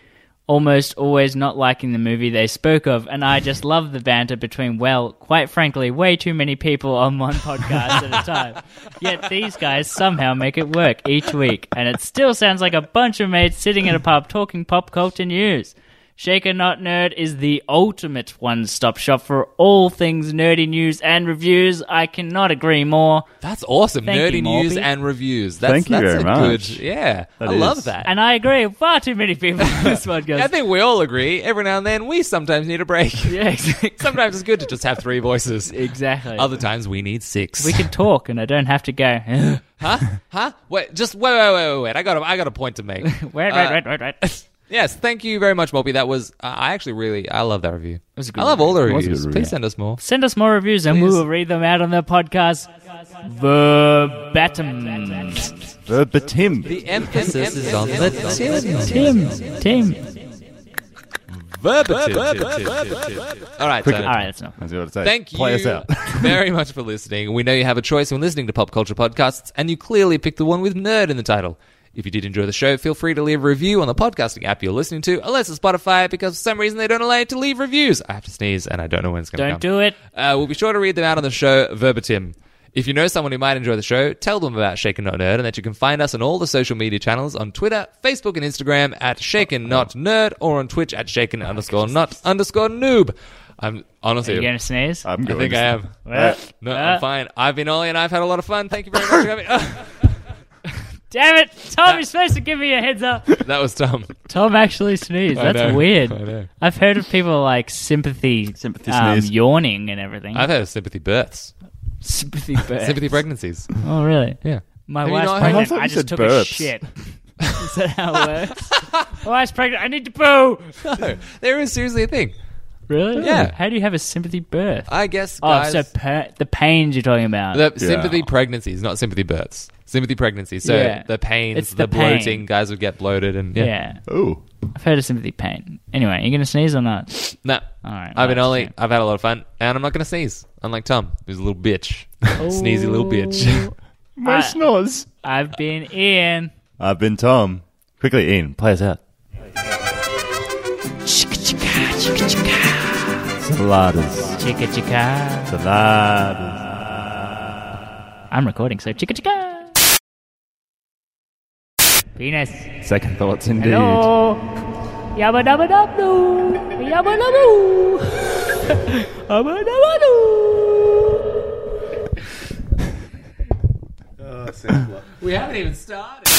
A: almost always not liking the movie they spoke of, and I just love the banter between, well, quite frankly, way too many people on one podcast at a time. Yet these guys somehow make it work each week, and it still sounds like a bunch of mates sitting in a pub talking pop culture news. Shaker Not Nerd is the ultimate one stop shop for all things nerdy news and reviews. I cannot agree more.
C: That's awesome.
A: Thank
C: Nerdy
A: you,
C: news
A: Morphe.
C: and reviews. That's,
D: Thank you
C: that's
D: very
C: a
D: much.
C: Good, yeah,
D: That
C: I
D: is.
C: love that.
A: And I agree, far too many people on this podcast.
C: I think we all agree. Every now and then, we sometimes need a break.
A: yeah, exactly.
C: sometimes it's good to just have three voices.
A: Exactly.
C: Other times we need six.
A: we can talk and I don't have to go. wait,
C: huh? Huh? Wait, just wait, wait, wait, wait, wait. I got a, I got a point to make.
A: wait,
C: Uh,
A: wait, wait, wait. It
C: Yes, thank you very much, Moby. That was uh, I actually really I love that review.
A: was a good
C: I love all the
D: It was a
C: reviews.
D: good
C: Please
D: review.
C: send us more.
A: Send us more reviews and we
C: Please.
A: will read them out on the podcast. Verbatim.
D: Verbatim.
C: The emphasis is on the
A: Tim. Tim.
C: All
A: All
C: right, so,
A: right, that's enough.
D: That's what I say.
C: Thank
D: Play
C: you
D: us out.
C: very much for listening. We know you have a choice when listening to pop culture podcasts, and you clearly picked the one with nerd in the title. If you did enjoy the show, feel free to leave a review on the podcasting app you're listening to, unless it's Spotify, because for some reason they don't allow you to leave reviews. I have to sneeze, and I don't know when it's going to
A: Don't
C: come.
A: do it.
C: Uh, we'll be sure to read them out on the show verbatim. If you know someone who might enjoy the show, tell them about Shaken Not Nerd and that you can find us on all the social media channels on Twitter, Facebook, and Instagram at Shaken Not Nerd or on Twitch at Shaken underscore not underscore noob. I'm honestly,
A: Are you going
C: I
A: to sneeze?
D: I'm going.
C: think I am.
A: Well,
C: No,
A: uh,
C: I'm fine. I've been Ollie and I've had a lot of fun. Thank you very much for having
A: Damn it.
C: Uh,
A: Tom, you're supposed to give me a heads up.
C: that was Tom.
A: Tom actually sneezed.
C: I
A: That's
C: know. I
A: weird.
C: know.
A: I've heard of people like sympathy,
D: Sympathy
A: um,
D: sneeze.
A: yawning and everything.
C: I've had sympathy births,
A: sympathy burp.
C: sympathy pregnancies.
A: Oh, really?
C: Yeah.
A: My
C: Have you
A: wife's
C: not-
D: I
A: pregnant.
D: thought
A: I,
D: you
A: just
D: said
A: took a
D: burps.
A: shit. Is that how it works? My wife's pregnant. I need to poo.
C: No, there is seriously a thing.
A: Really?
C: Yeah.
A: How do you have a sympathy birth?
C: I guess
A: oh,
C: guys.
A: so per- the pains you're talking about.
C: The sympathy
D: Yeah.
C: pregnancies, not sympathy births. Sympathy pregnancies. So
A: Yeah.
C: the pains,
A: It's
C: the,
A: the pain.
C: bloating, guys would get bloated and
A: yeah.
C: yeah.
D: Ooh.
A: I've heard of sympathy pain. Anyway, are you going to sneeze or not?
C: No.
A: Alright,
C: I've been
A: nice,
C: only
A: yeah.
C: I've had a lot of fun and I'm not gonna sneeze. Unlike Tom, who's a little bitch. Sneezy little bitch.
D: My
A: I-
D: snores.
A: I've been Ian.
D: I've been Tom. Quickly, Ian, play us out. Saladas.
A: Chicka chicka.
D: Saladas.
A: I'm recording, so chicka chicka. Penis.
D: Second thoughts indeed.
A: Hello. Yabba dabba dab doo. Yabba dabba Yabba dabba doo.
H: We haven't even started.